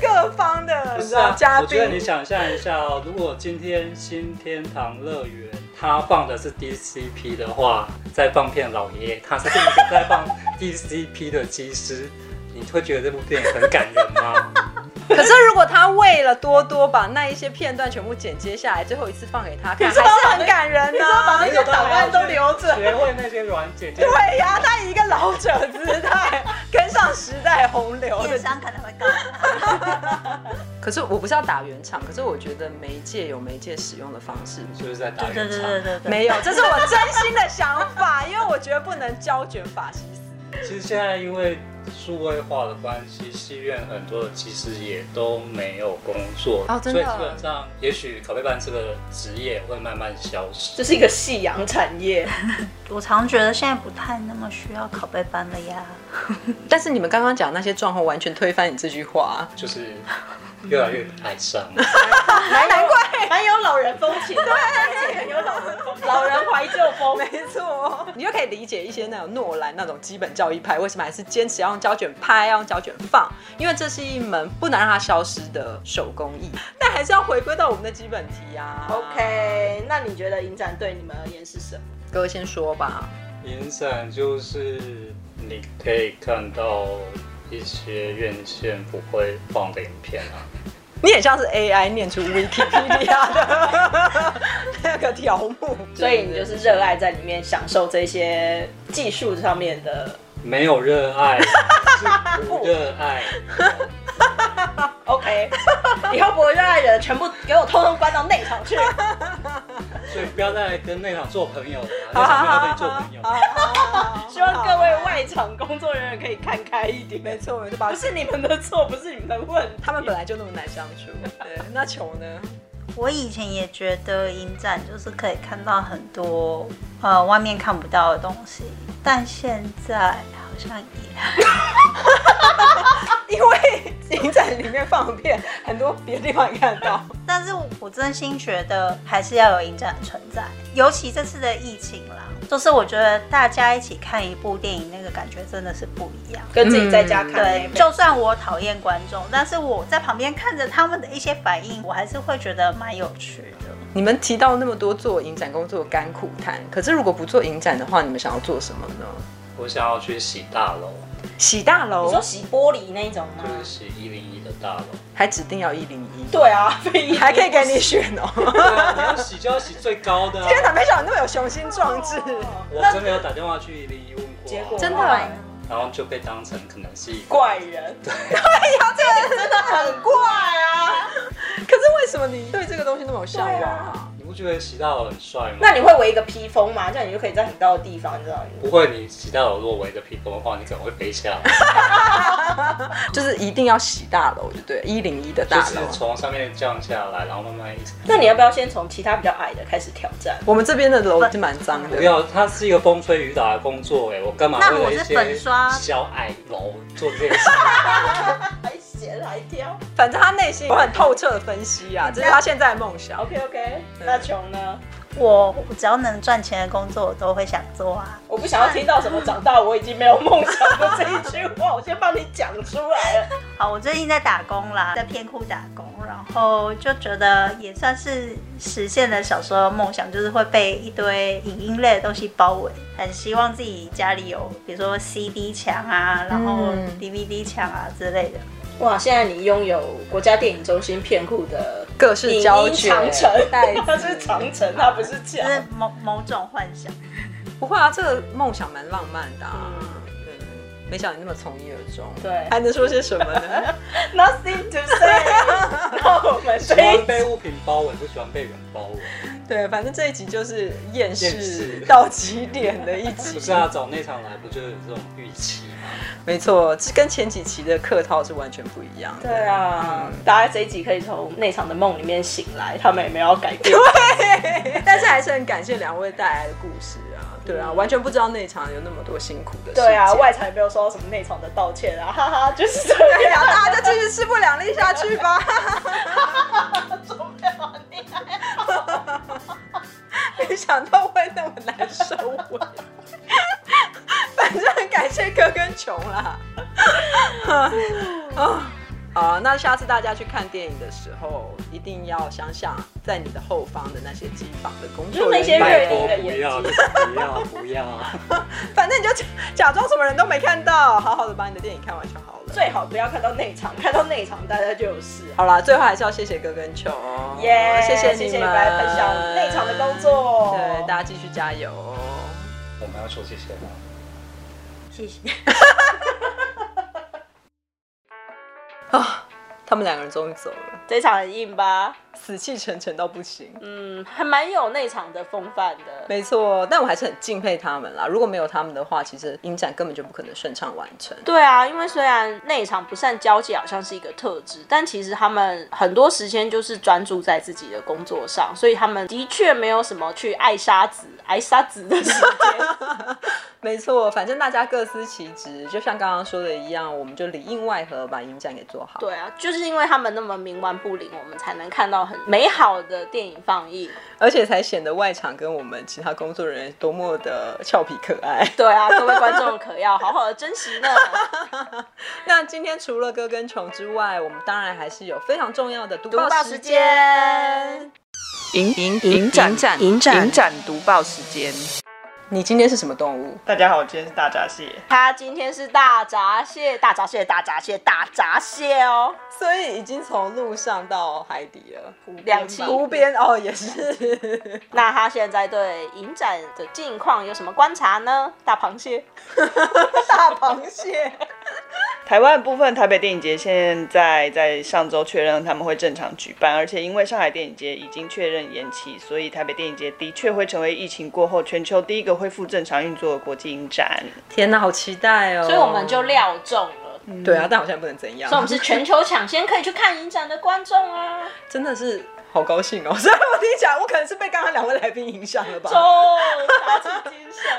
[SPEAKER 3] 各方的 你
[SPEAKER 4] 不
[SPEAKER 3] 知
[SPEAKER 4] 是
[SPEAKER 3] 道
[SPEAKER 4] 啊，
[SPEAKER 3] 嘉
[SPEAKER 4] 我觉得你
[SPEAKER 3] 宾。
[SPEAKER 4] 想象一下哦，如果今天新天堂乐园它放的是 DCP 的话，在放片老爷爷，他是一个在放 DCP 的机师，你会觉得这部电影很感人 吗？
[SPEAKER 3] 可是如果他为了多多把那一些片段全部剪接下来，最后一次放给 他 看，还是很感人啊呢、
[SPEAKER 4] 那个
[SPEAKER 3] 档案都留着
[SPEAKER 4] 学会那些软件，就是
[SPEAKER 3] 对呀、他以一个老者姿态 跟上时代洪流的
[SPEAKER 2] 电商可能会告诉他。
[SPEAKER 3] 可是我不是要打圆场，可是我觉得媒介有媒介使用的方式。
[SPEAKER 4] 就是在打
[SPEAKER 2] 对对
[SPEAKER 4] 圆
[SPEAKER 2] 对
[SPEAKER 4] 场。
[SPEAKER 2] 对对对。
[SPEAKER 3] 没有，这是我真心的想法，因为我觉得不能胶卷法西斯。
[SPEAKER 4] 其实现在因为数位化的关系，戏院很多的其实也都没有工作，
[SPEAKER 3] 哦真
[SPEAKER 4] 所
[SPEAKER 3] 的
[SPEAKER 4] 以基本上也许拷贝班这个职业会慢慢消失。
[SPEAKER 1] 这是一个夕阳产业，
[SPEAKER 2] 我常觉得现在不太那么需要拷贝班了呀。
[SPEAKER 3] 但是你们刚刚讲那些状况，完全推翻你这句话。
[SPEAKER 4] 就是越来越 哀伤。
[SPEAKER 1] 难怪蛮有老人风 情的，对，很有老人风，老人怀旧 风。
[SPEAKER 3] 没错，你就可以理解一些那种诺兰那种基本教育派为什么还是坚持要用胶卷拍，要用胶卷放，因为这是一门不能让它消失的手工艺。但还是要回归到我们的基本题啊。
[SPEAKER 1] OK，那你觉得影展对你们而言是什么？
[SPEAKER 3] 哥先说 吧。
[SPEAKER 4] 影展就是你可以看到一些院线不会放的影片啊，
[SPEAKER 3] 你很像是 AI 念出 Wikipedia 的啊 那个条 目，
[SPEAKER 1] 所以你就是热爱在里面享受这些技术上面的。
[SPEAKER 4] 没有热爱，是不热爱。
[SPEAKER 1] OK，以 后不会热爱的人全部给我通通关到内场 去。
[SPEAKER 4] 所以不要再跟内场做朋友了，内
[SPEAKER 3] 好好
[SPEAKER 4] 场不
[SPEAKER 3] 好
[SPEAKER 4] 要跟
[SPEAKER 3] 好
[SPEAKER 4] 你做朋友。
[SPEAKER 3] 好好好好
[SPEAKER 1] 希望各位外场工作人员可以看开一点，
[SPEAKER 3] 没错，我就把
[SPEAKER 1] 不是你们的错，不是你们的问题。
[SPEAKER 3] 他们本来就那么难相处。对，那球呢？
[SPEAKER 2] 我以前也觉得影展就是可以看到很多呃外面看不到的东西，但现在好像也
[SPEAKER 3] 因为 影展里面放的片，很多别的地方也看得到。
[SPEAKER 2] 但是我真心觉得还是要有影展的存在，尤其这次的疫情啦，就是我觉得大家一起看一部电影，那个感觉真的是不一样。
[SPEAKER 1] 跟自己在家看，
[SPEAKER 2] 对，就算我讨厌观众，但是我在旁边看着他们的一些反应，我还是会觉得蛮有趣的。
[SPEAKER 3] 你们提到那么多做影展工作的甘苦谈，可是如果不做影展的话，你们想要做什么呢？
[SPEAKER 4] 我想要去洗大楼，
[SPEAKER 3] 洗大
[SPEAKER 1] 你说
[SPEAKER 3] 楼，
[SPEAKER 1] 洗玻璃那一种吗
[SPEAKER 4] 就？是洗一零一的大楼。
[SPEAKER 3] 还指定要一零一，
[SPEAKER 1] 对啊，非
[SPEAKER 3] 还可以给你选哦。
[SPEAKER 4] 对啊，你要洗就要洗最高的、啊。
[SPEAKER 3] 天哪，没想到你那么有雄心壮志。
[SPEAKER 4] 我真的有打电话去一零一问过、啊
[SPEAKER 1] 结果
[SPEAKER 3] 真的哎
[SPEAKER 1] 后来
[SPEAKER 4] 然后就被当成可能是一个
[SPEAKER 1] 怪人，对呀，这个人真的很怪啊。
[SPEAKER 3] 可是为什么你对这个东西那么有向往啊？
[SPEAKER 4] 你不觉得洗大楼很帅吗？
[SPEAKER 1] 那你会围一个披风吗？这样你就可以在很高的地方，你知道吗？
[SPEAKER 4] 不会，你洗大楼如果围着披风的话，你可能会飞下来，
[SPEAKER 3] 就是一定要洗大楼，就对，一零一的大
[SPEAKER 4] 就
[SPEAKER 3] 楼
[SPEAKER 4] 是。从上面降下来，然后慢慢一直。
[SPEAKER 1] 那你要不要先从其他比较矮的开始挑战？
[SPEAKER 3] 我们这边的楼是蛮脏的
[SPEAKER 4] 不。要，它是一个风吹雨打的工作哎，我干嘛
[SPEAKER 2] 那如
[SPEAKER 4] 为
[SPEAKER 2] 果
[SPEAKER 4] 了一
[SPEAKER 2] 是
[SPEAKER 4] 些
[SPEAKER 2] 粉刷
[SPEAKER 4] 小矮楼做这件事？
[SPEAKER 1] 还闲还挑
[SPEAKER 3] 反正他内心有很透彻的分析啊，这是他现在的梦想。
[SPEAKER 1] ？OK OK，那琼呢？
[SPEAKER 2] 我我只要能赚钱的工作，我都会想做啊。
[SPEAKER 1] 我不想要听到什么长大我已经没有梦想的这一句话，我先帮你讲出来了。
[SPEAKER 2] 好，我最近在打工啦，在片库打工，然后就觉得也算是实现了小时候的梦想，就是会被一堆影音类的东西包围，很希望自己家里有，比如说 CD 墙啊，然后
[SPEAKER 3] 嗯
[SPEAKER 2] DVD 墙啊之类的。
[SPEAKER 1] 哇，现在你拥有国家电影中心片库的
[SPEAKER 3] 各式胶
[SPEAKER 1] 影音
[SPEAKER 3] 卷，
[SPEAKER 1] 长城
[SPEAKER 3] 袋，
[SPEAKER 1] 它
[SPEAKER 3] 子
[SPEAKER 1] 是长城，它不是墙
[SPEAKER 2] 就。 是某某种幻想，
[SPEAKER 3] 不会啊，这个梦想蛮浪漫的、啊。对，没想到你那么从一而终。
[SPEAKER 1] 嗯对
[SPEAKER 3] 还能说些什么呢？
[SPEAKER 1] Nothing to say。那我们这
[SPEAKER 4] 喜
[SPEAKER 1] 一
[SPEAKER 4] 欢被物品包围，不喜欢被人包围。
[SPEAKER 3] 对，反正这一集就是厌
[SPEAKER 4] 厌
[SPEAKER 3] 世
[SPEAKER 4] 世
[SPEAKER 3] 到极点的一 集。
[SPEAKER 4] 不是啊，找内场来不就是有这种预期吗？
[SPEAKER 3] 没错，这跟前几期的客套是完全不一样的。
[SPEAKER 1] 对啊，大家这一集可以从那场的梦里面醒来，他们也没有要改 变。
[SPEAKER 3] 哎但是还是很感谢两位带来的故事啊。对啊，完全不知道那一场有那么多辛苦的事情。
[SPEAKER 1] 嗯对 啊，外场也没有收到什么内场的道歉啊，哈 哈，就是这
[SPEAKER 3] 对
[SPEAKER 1] 样。
[SPEAKER 3] 啊，大家就继续势不两立下去 吧。没想到会那么难收尾，反正很感谢哥跟琼 啦。啊啊！那下次大家去看电影的时候，一定要想想在你的后方的那些机房的工作
[SPEAKER 1] 就那些
[SPEAKER 3] 人员，
[SPEAKER 4] 拜
[SPEAKER 1] 锐
[SPEAKER 4] 托
[SPEAKER 1] 利的
[SPEAKER 4] 不
[SPEAKER 1] 眼
[SPEAKER 4] 要，
[SPEAKER 1] 睛
[SPEAKER 4] 不要，不要。
[SPEAKER 3] 反正你就假假装什么人都没看到，好好的把你的电影看完就好了。
[SPEAKER 1] 最好不要看到内场，看到内场大家就有事啊。
[SPEAKER 3] 好啦，最后还是要谢谢哥跟球，
[SPEAKER 1] 耶、
[SPEAKER 3] 谢
[SPEAKER 1] 谢
[SPEAKER 3] 谢你
[SPEAKER 1] 谢
[SPEAKER 3] 们
[SPEAKER 1] 你们来分享内场的工，作。
[SPEAKER 3] 对，大家继续加油。
[SPEAKER 4] 我们要说这些吗？
[SPEAKER 2] 谢谢。
[SPEAKER 3] 他们两个人终于走了，
[SPEAKER 1] 这场很硬吧？
[SPEAKER 3] 死气沉沉到不行。
[SPEAKER 1] 嗯，还蛮有内场的风范的。
[SPEAKER 3] 没错，但我还是很敬佩他们啦。如果没有他们的话，其实影展根本就不可能顺畅完成。
[SPEAKER 1] 对啊，因为虽然内场不善交际好像是一个特质，但其实他们很多时间就是专注在自己的工作上， 所以他们的确没有什么去爱杀子、爱杀子的时间。
[SPEAKER 3] 没错，反正大家各司其职，就像刚刚说的一样，我们就里应外合把影展给做好。
[SPEAKER 1] 对啊，就是因为他们那么冥顽不灵，我们才能看到很美好的电影放映。
[SPEAKER 3] 而且才显得外场跟我们其他工作人员多么的俏皮可爱。
[SPEAKER 1] 对啊，各位观众可要好好的珍惜呢。
[SPEAKER 3] 那今天除了歌跟虫之外，我们当然还是有非常重要的读
[SPEAKER 1] 读
[SPEAKER 3] 报
[SPEAKER 1] 报时
[SPEAKER 3] 时
[SPEAKER 1] 间
[SPEAKER 3] 间。影影
[SPEAKER 5] 影展影展
[SPEAKER 3] 影展读报时间。你今天是什么动物？
[SPEAKER 5] 大家好，今天是大闸蟹。
[SPEAKER 1] 他今天是大闸蟹，大闸蟹，大闸蟹，大闸蟹哦。
[SPEAKER 3] 所以已经从陆上到海底了，
[SPEAKER 1] 两栖
[SPEAKER 3] 湖边哦也是。
[SPEAKER 1] 那他现在对影展的近况有什么观察呢？大螃蟹，大螃蟹，
[SPEAKER 5] 台湾部分台北电影节现在在上周确认他们会正常举办，而且因为上海电影节已经确认延期，所以台北电影节的确会成为疫情过后全球第一个恢复正常运作的国际影展。
[SPEAKER 3] 天哪，好期待哦！
[SPEAKER 1] 所以我们就料中了。
[SPEAKER 3] 对啊，但好像不能怎样。
[SPEAKER 1] 所以我们是全球抢先可以去看影展的观众啊！
[SPEAKER 3] 真的是好高兴哦！ 虽然我听起来，我可能是被刚刚两位来宾影响了吧。
[SPEAKER 1] 哦，打起精神。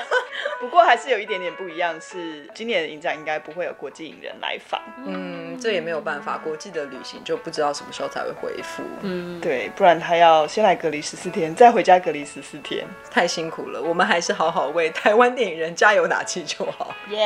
[SPEAKER 5] 不过还是有一点点不一样，是今年的影展应该不会有国际影人来访，
[SPEAKER 3] 嗯，这也没有办法，国际的旅行就不知道什么时候才会恢复，嗯，
[SPEAKER 5] 对，不然他要先来隔离十四天，再回家隔离十四天。
[SPEAKER 3] 太辛苦了。我们还是好好为台湾电影人加油打气就好。
[SPEAKER 1] 耶、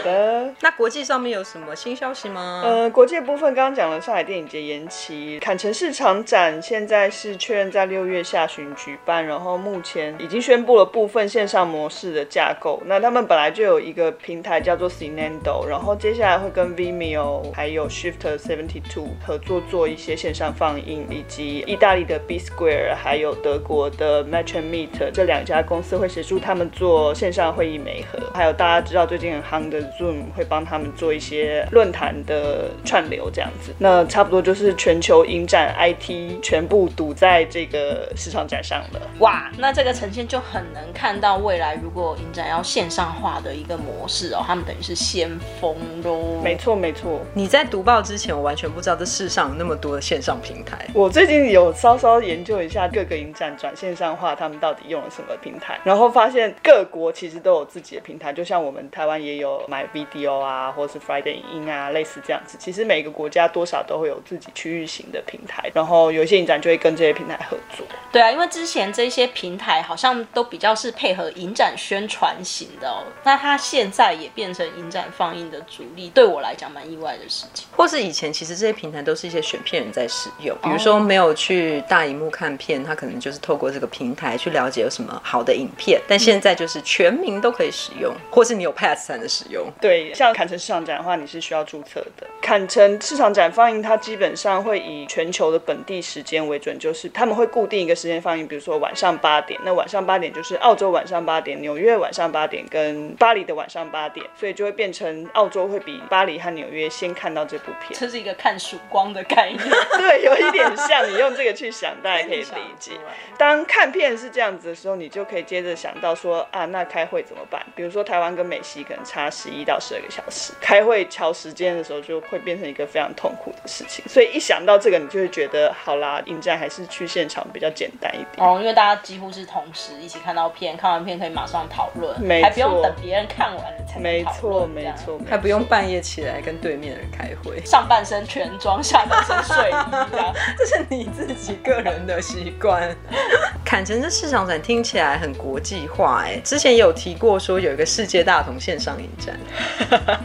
[SPEAKER 5] 好的。
[SPEAKER 3] 那国际上面有什么新消息吗？
[SPEAKER 5] 呃，国际的部分刚刚讲了上海电影节延期，坎城市场展现在是确认在六月下旬举办，然后目前已经宣布了部分线上模式的架构。那他们本来就有一个平台叫做 Cinendo，然后接下来会跟 Vimeo 还有 Shift Seventy Two 合作做一些线上放映，以及意大利的 B Square 还有德国的 Match and Meet 这两家公司会协助他们做线上会议媒合，还有大家知道最近很夯的 Zoom 会帮他们做一些论坛的串流这样子。那差不多就是全球影展 IT 全部堵在这个市场展上了。
[SPEAKER 1] 哇，那这个呈现就很能看到未来如果影展要线上化的一个模式哦，他们等于是先锋喽。
[SPEAKER 5] 没错没错，
[SPEAKER 3] 你在读报之前，我完全不知道这世上有那么多的线上平台。
[SPEAKER 5] 我最近有稍稍研究一下各个影展转线上化，他们到底用了什么平台，然后发现各国其实都有自己的平台，就像我们台湾也有买 Video 啊，或是 Friday 影音啊，类似这样子。其实每个国家多少都会有自己区域型的平台，然后有一些影展就会跟这些平台合作。
[SPEAKER 1] 对啊，因为之前这些平台好像都比较是配合影展宣传型的哦，那它现在也变成影展放映的主力，对我来讲蛮意外的事情。
[SPEAKER 3] 或是以前其实这些平台都是一些选片人在使用，
[SPEAKER 5] 哦
[SPEAKER 3] 比如说没有去大荧幕看片，他可能就是透过这个平台去了解有什么好的影片。但现在就是全民都可以使用，或是你有 Pass 才能使用。
[SPEAKER 5] 对，像坎城市场展的话，你是需要注册的。坎城市场展放映，它基本上会以全球的本地时间为准，就是他们会固定一个时间放映，比如说晚上八点。那晚上八点就是澳洲晚上八点、纽约晚上八点跟巴黎的晚上八点，所以就会变成澳洲会比巴黎和纽约先看到这部片。
[SPEAKER 1] 这是一个看曙光的概 念，
[SPEAKER 5] 对，有一点像，你用这个去想，大家 可以理解。当看片是这样子的时候，你就可以接着想到说啊，那开会怎么办？比如说台湾跟美西可能差十一到十二个小时，开会调时间的时候就会变成一个非常痛苦的事情。所以一想到这个，你就会觉得好啦，影展还是去现场比较简单一点。
[SPEAKER 1] 哦，因为大家几乎是同时一起看到片，看完片可以马上讨论，
[SPEAKER 5] 没错
[SPEAKER 1] 还不用等别人看完了才能
[SPEAKER 5] 没
[SPEAKER 1] 讨
[SPEAKER 5] 错，
[SPEAKER 1] 论，
[SPEAKER 5] 没
[SPEAKER 1] 这样。
[SPEAKER 5] 错，没错
[SPEAKER 3] 还不用半夜起来跟对面的人开会，
[SPEAKER 1] 上半身全装，下半身睡衣，这样
[SPEAKER 3] 这是你自己个人的习惯。 坎城这市场展听起来很国际化哎、之前也有提过说有一个世界大同线上影 展，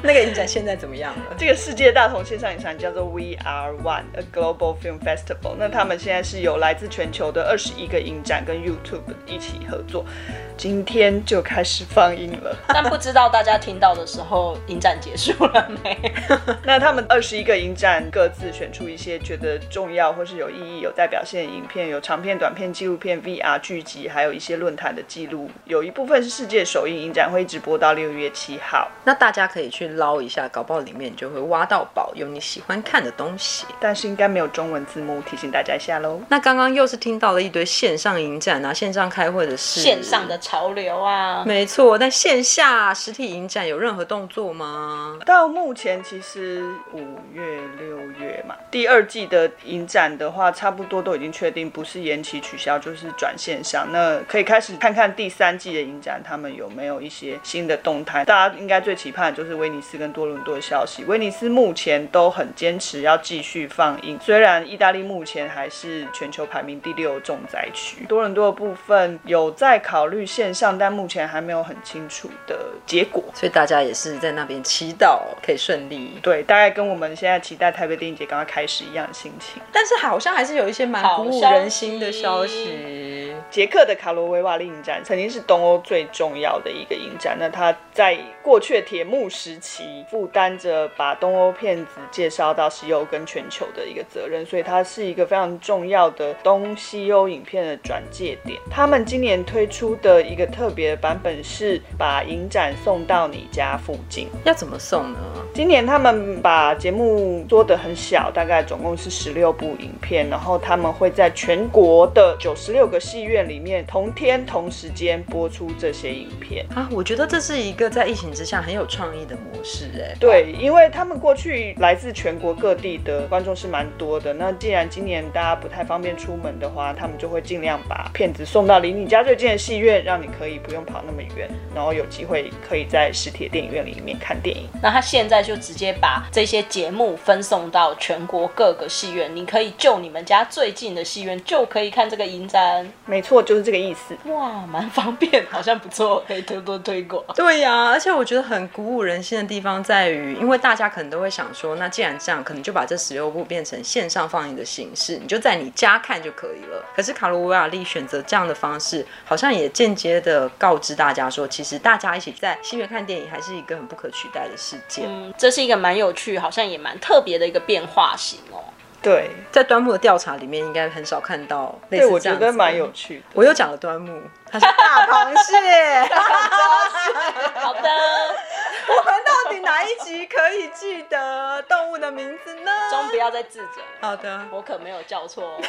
[SPEAKER 3] 那个影展现在怎么样了？
[SPEAKER 5] 这个世界大同线上影展叫做 We Are One A Global Film Festival。那他们现在是有来自全球的二十一个影展跟 YouTube 一起合作，今天就开始放映了。
[SPEAKER 1] 但不知道大家听到的时候，影展结束了没？
[SPEAKER 5] 那他们二十一个影展各自选出一些觉得重要或是有意义、有代表性的影片，有长片、短片、纪录片、VR 剧集，还有一些论坛的记录。有一部分是世界首映影展，会一直播到六月七号。
[SPEAKER 3] 那大家可以去捞一下，搞不好里面你就会挖到宝，有你喜欢看的东西。
[SPEAKER 5] 但是应该没有中文字幕，提醒大家一下喽。
[SPEAKER 3] 那刚刚又是听到了一堆线上影展啊、线上开会的事，
[SPEAKER 1] 线上的潮流啊，
[SPEAKER 3] 没错。但线下实体影展有任何动作吗？
[SPEAKER 5] 到目前其实五月、六月嘛，嘛。第二季的影展的话，差不多都已经确定，不是延期取消就是转线上。那可以开始看看第三季的影展，他们有没有一些新的动态。大家应该最期盼的就是威尼斯跟多伦多的消息。威尼斯目前都很坚持要继续放映，虽然意大利目前还是全球排名第六重灾区。多伦多的部分有在考虑线上，但目前还没有很清楚的结果。
[SPEAKER 3] 所以大家也是在那边祈祷可以顺利。
[SPEAKER 5] 对，大概跟我们现在期待台北电影节刚刚开始一样的心情。
[SPEAKER 3] 但是好像还是有一些蛮鼓舞人心的消息。
[SPEAKER 5] 捷克的卡罗维瓦利影展曾经是东欧最重要的一个影展，那它在过去的铁幕时期，负担着把东欧片子介绍到西欧跟全球的一个责任，所以它是一个非常重要的东西欧影片的转介点。他们今年推出的一个特别的版本是把影展送到你家附近。
[SPEAKER 3] 要怎么送呢？
[SPEAKER 5] 今年他们把节目做得很小，大概总共是十六部影片，然后他们会在全国的九十六个戏院里面同天同时间播出这些影片。
[SPEAKER 3] 啊，我觉得这是一个在疫情之下很有创意的模式、哎，
[SPEAKER 5] 对，因为他们过去来自全国各地的观众是蛮多的，那既然今年大家不太方便出门的话，他们就会尽量把片子送到离你家最近的戏院，让你可以不用跑那么远，然后有机会可以在实体的电影院里面看电影。
[SPEAKER 1] 那他现在就直接把这些节目分送到全国各个戏院，你可以就你们家最近的戏院就可以看这个影展，
[SPEAKER 5] 没错，就是这个意思。
[SPEAKER 1] 哇，蛮方便，好像不错，可以多多推广。
[SPEAKER 3] 对呀、而且我觉得很鼓舞人心的地方在于，因为大家可能都会想说，那既然这样，可能就把这十六部变成线上放映的形式，你就在你家看就可以了。可是卡罗维亚利选择这样的方式，好像也间接的告知大家说，其实大家一起在戏院看电影还是一个很不可取代的事件。
[SPEAKER 1] 嗯，这是一个蛮有趣，好像也蛮特别的一个变化型哦。
[SPEAKER 5] 对，
[SPEAKER 3] 在端木的调查里面，应该很少看到类
[SPEAKER 5] 对，
[SPEAKER 3] 似
[SPEAKER 5] 我
[SPEAKER 3] 这
[SPEAKER 5] 觉
[SPEAKER 3] 样子的
[SPEAKER 5] 得蛮有趣的。
[SPEAKER 3] 我又讲了端木，它是大螃蟹。
[SPEAKER 1] 好的，
[SPEAKER 3] 我们到底哪一集可以记得动物的名字呢？
[SPEAKER 1] 中不要再自责了。
[SPEAKER 3] 好的，
[SPEAKER 1] 我可没有叫错哦。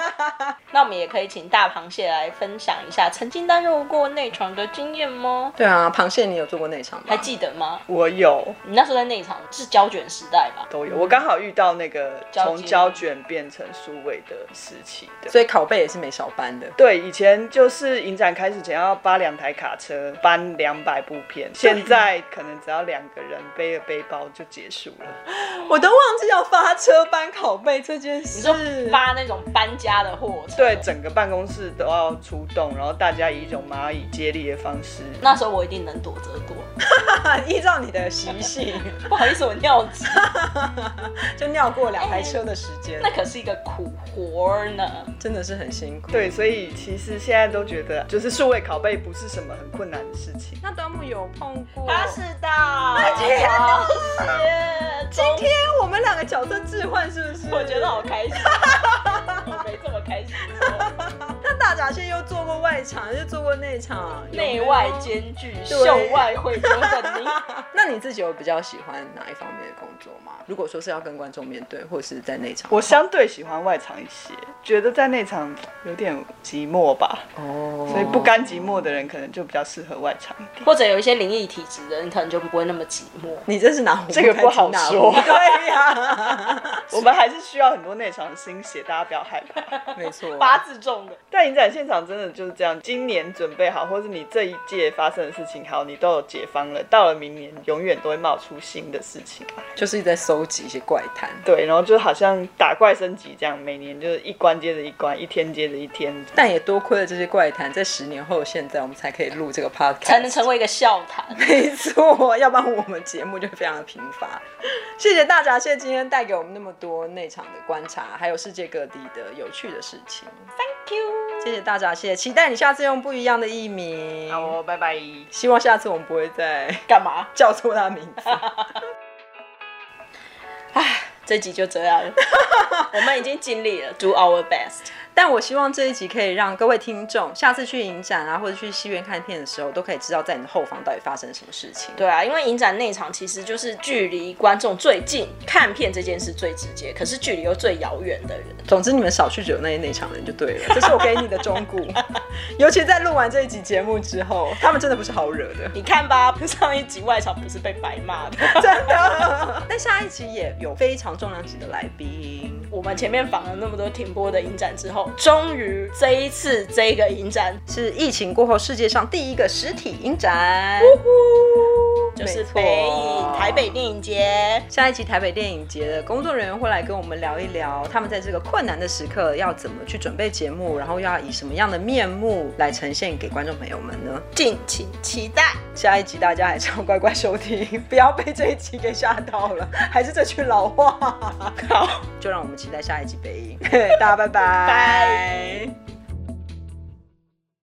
[SPEAKER 1] 那我们也可以请大螃蟹来分享一下曾经担任过内场的经验吗？
[SPEAKER 3] 对啊，螃蟹你有做过内场吗？
[SPEAKER 1] 还记得吗？
[SPEAKER 5] 我有
[SPEAKER 1] 你那时候在内场是胶卷时代吧？
[SPEAKER 5] 都有，我刚好遇到那个
[SPEAKER 1] 胶
[SPEAKER 5] 从
[SPEAKER 1] 卷
[SPEAKER 5] 胶卷变成数位的时期的。
[SPEAKER 3] 所以拷贝也是没少搬的。
[SPEAKER 5] 对，以前就是影展开始前要扒两台卡车搬两百部片，现在可能只要两个人背着背包就结束了。
[SPEAKER 3] 我都忘记要发车搬拷贝这件
[SPEAKER 1] 你
[SPEAKER 3] 事
[SPEAKER 1] 说。发那种搬家的货车？
[SPEAKER 5] 对，整个办公室都要出动，然后大家以一种蚂蚁接力的方式。
[SPEAKER 1] 那时候我一定能躲则躲。
[SPEAKER 3] 依照你的习性，
[SPEAKER 1] 不好意思，我尿急，
[SPEAKER 3] 就尿过两台车的时间，
[SPEAKER 1] 那可是一个苦活儿呢。
[SPEAKER 3] 真的是很辛苦。
[SPEAKER 5] 对，所以其实现在都觉得，就是数位拷贝不是什么很困难的事情。
[SPEAKER 3] 那端木有碰过
[SPEAKER 1] 他是到，
[SPEAKER 3] 天哪
[SPEAKER 1] 今
[SPEAKER 3] 今天我们两个角色置换是不是？
[SPEAKER 1] 我觉得好开心，我没这么开心过，
[SPEAKER 3] 那大闸蟹又做过外场，又做过内场，有没
[SPEAKER 1] 内
[SPEAKER 3] 有
[SPEAKER 1] 外。兼具，
[SPEAKER 3] 对
[SPEAKER 1] 秀外慧中的你。
[SPEAKER 3] 那你自己有比较喜欢哪一方面的工作吗？如果说是要跟观众面对，或是在内场的话，
[SPEAKER 5] 我相对喜欢外场一些，觉得在内场有点寂寞吧，
[SPEAKER 3] 哦，
[SPEAKER 5] 所以不甘寂寞的人可能就比较适合外场一点。
[SPEAKER 1] 或者有一些灵异体质的，你可能就不会那么寂寞。
[SPEAKER 3] 你这是哪壶
[SPEAKER 5] 这个
[SPEAKER 3] 开
[SPEAKER 5] 不好
[SPEAKER 3] 提哪壶
[SPEAKER 5] 说
[SPEAKER 3] 对呀、
[SPEAKER 5] 我们还是需要很多内场的心血，大家不要害怕。
[SPEAKER 3] 没错。
[SPEAKER 1] 八字重的，
[SPEAKER 5] 在影展现场真的就是这样，今年准备好，或是你这一届发生的事情好，你都有解放了，到了明年永远都会冒出新的事情来。
[SPEAKER 3] 就是一直在收集一些怪谈。
[SPEAKER 5] 对，然后就好像打怪升级这样，每年就是一关接着一关，一天接着一天。
[SPEAKER 3] 但也多亏了这些怪谈，在十年后的现在，我们才可以录这个 podcast，
[SPEAKER 1] 才能成为一个笑谈。
[SPEAKER 3] 没错，要不然我们节目就非常的贫乏。谢谢大闸蟹今天带给我们那么多内场的观察，还有世界各地的有趣的事情。
[SPEAKER 1] Thank you，
[SPEAKER 3] 谢谢大闸蟹，期待你下次用不一样的艺名。
[SPEAKER 5] 好哦，拜 拜。
[SPEAKER 3] 希望下次我们不会再
[SPEAKER 1] 干嘛？
[SPEAKER 3] 叫错他名字。
[SPEAKER 1] 这集就这样了，我们已经尽力了，do our best。
[SPEAKER 3] 但我希望这一集可以让各位听众下次去影展啊，或者去戏院看片的时候，都可以知道在你的后方到底发生了什么事情。
[SPEAKER 1] 对啊，因为影展内场其实就是距离观众最近，看片这件事最直接，可是距离又最遥远的人。
[SPEAKER 3] 总之，你们少去惹那那场人就对了，这是我给你的忠告。 尤其在录完这一集节目之后，他们真的不是好惹的。
[SPEAKER 1] 你看吧， 上一集外场不是被白骂的，
[SPEAKER 3] 真的。但下一集也有非常重量级的来宾，
[SPEAKER 1] 我们前面访了那么多停播的影展之后，终于这一次这个影展
[SPEAKER 3] 是疫情过后世界上第一个实体影展。
[SPEAKER 1] 就是
[SPEAKER 3] 没错
[SPEAKER 1] 北影台北电影节。
[SPEAKER 3] 下一集台北电影节的工作人员会来跟我们聊一聊，他们在这个困难的时刻要怎么去准备节目，然后要以什么样的面目来呈现给观众朋友们呢？
[SPEAKER 1] 敬请期待。
[SPEAKER 3] 下一集大家还是要乖乖收听， 不要被这一集给吓到了，还是这句老话，好，就让我们期待下一集北影，大家拜拜，
[SPEAKER 1] 拜。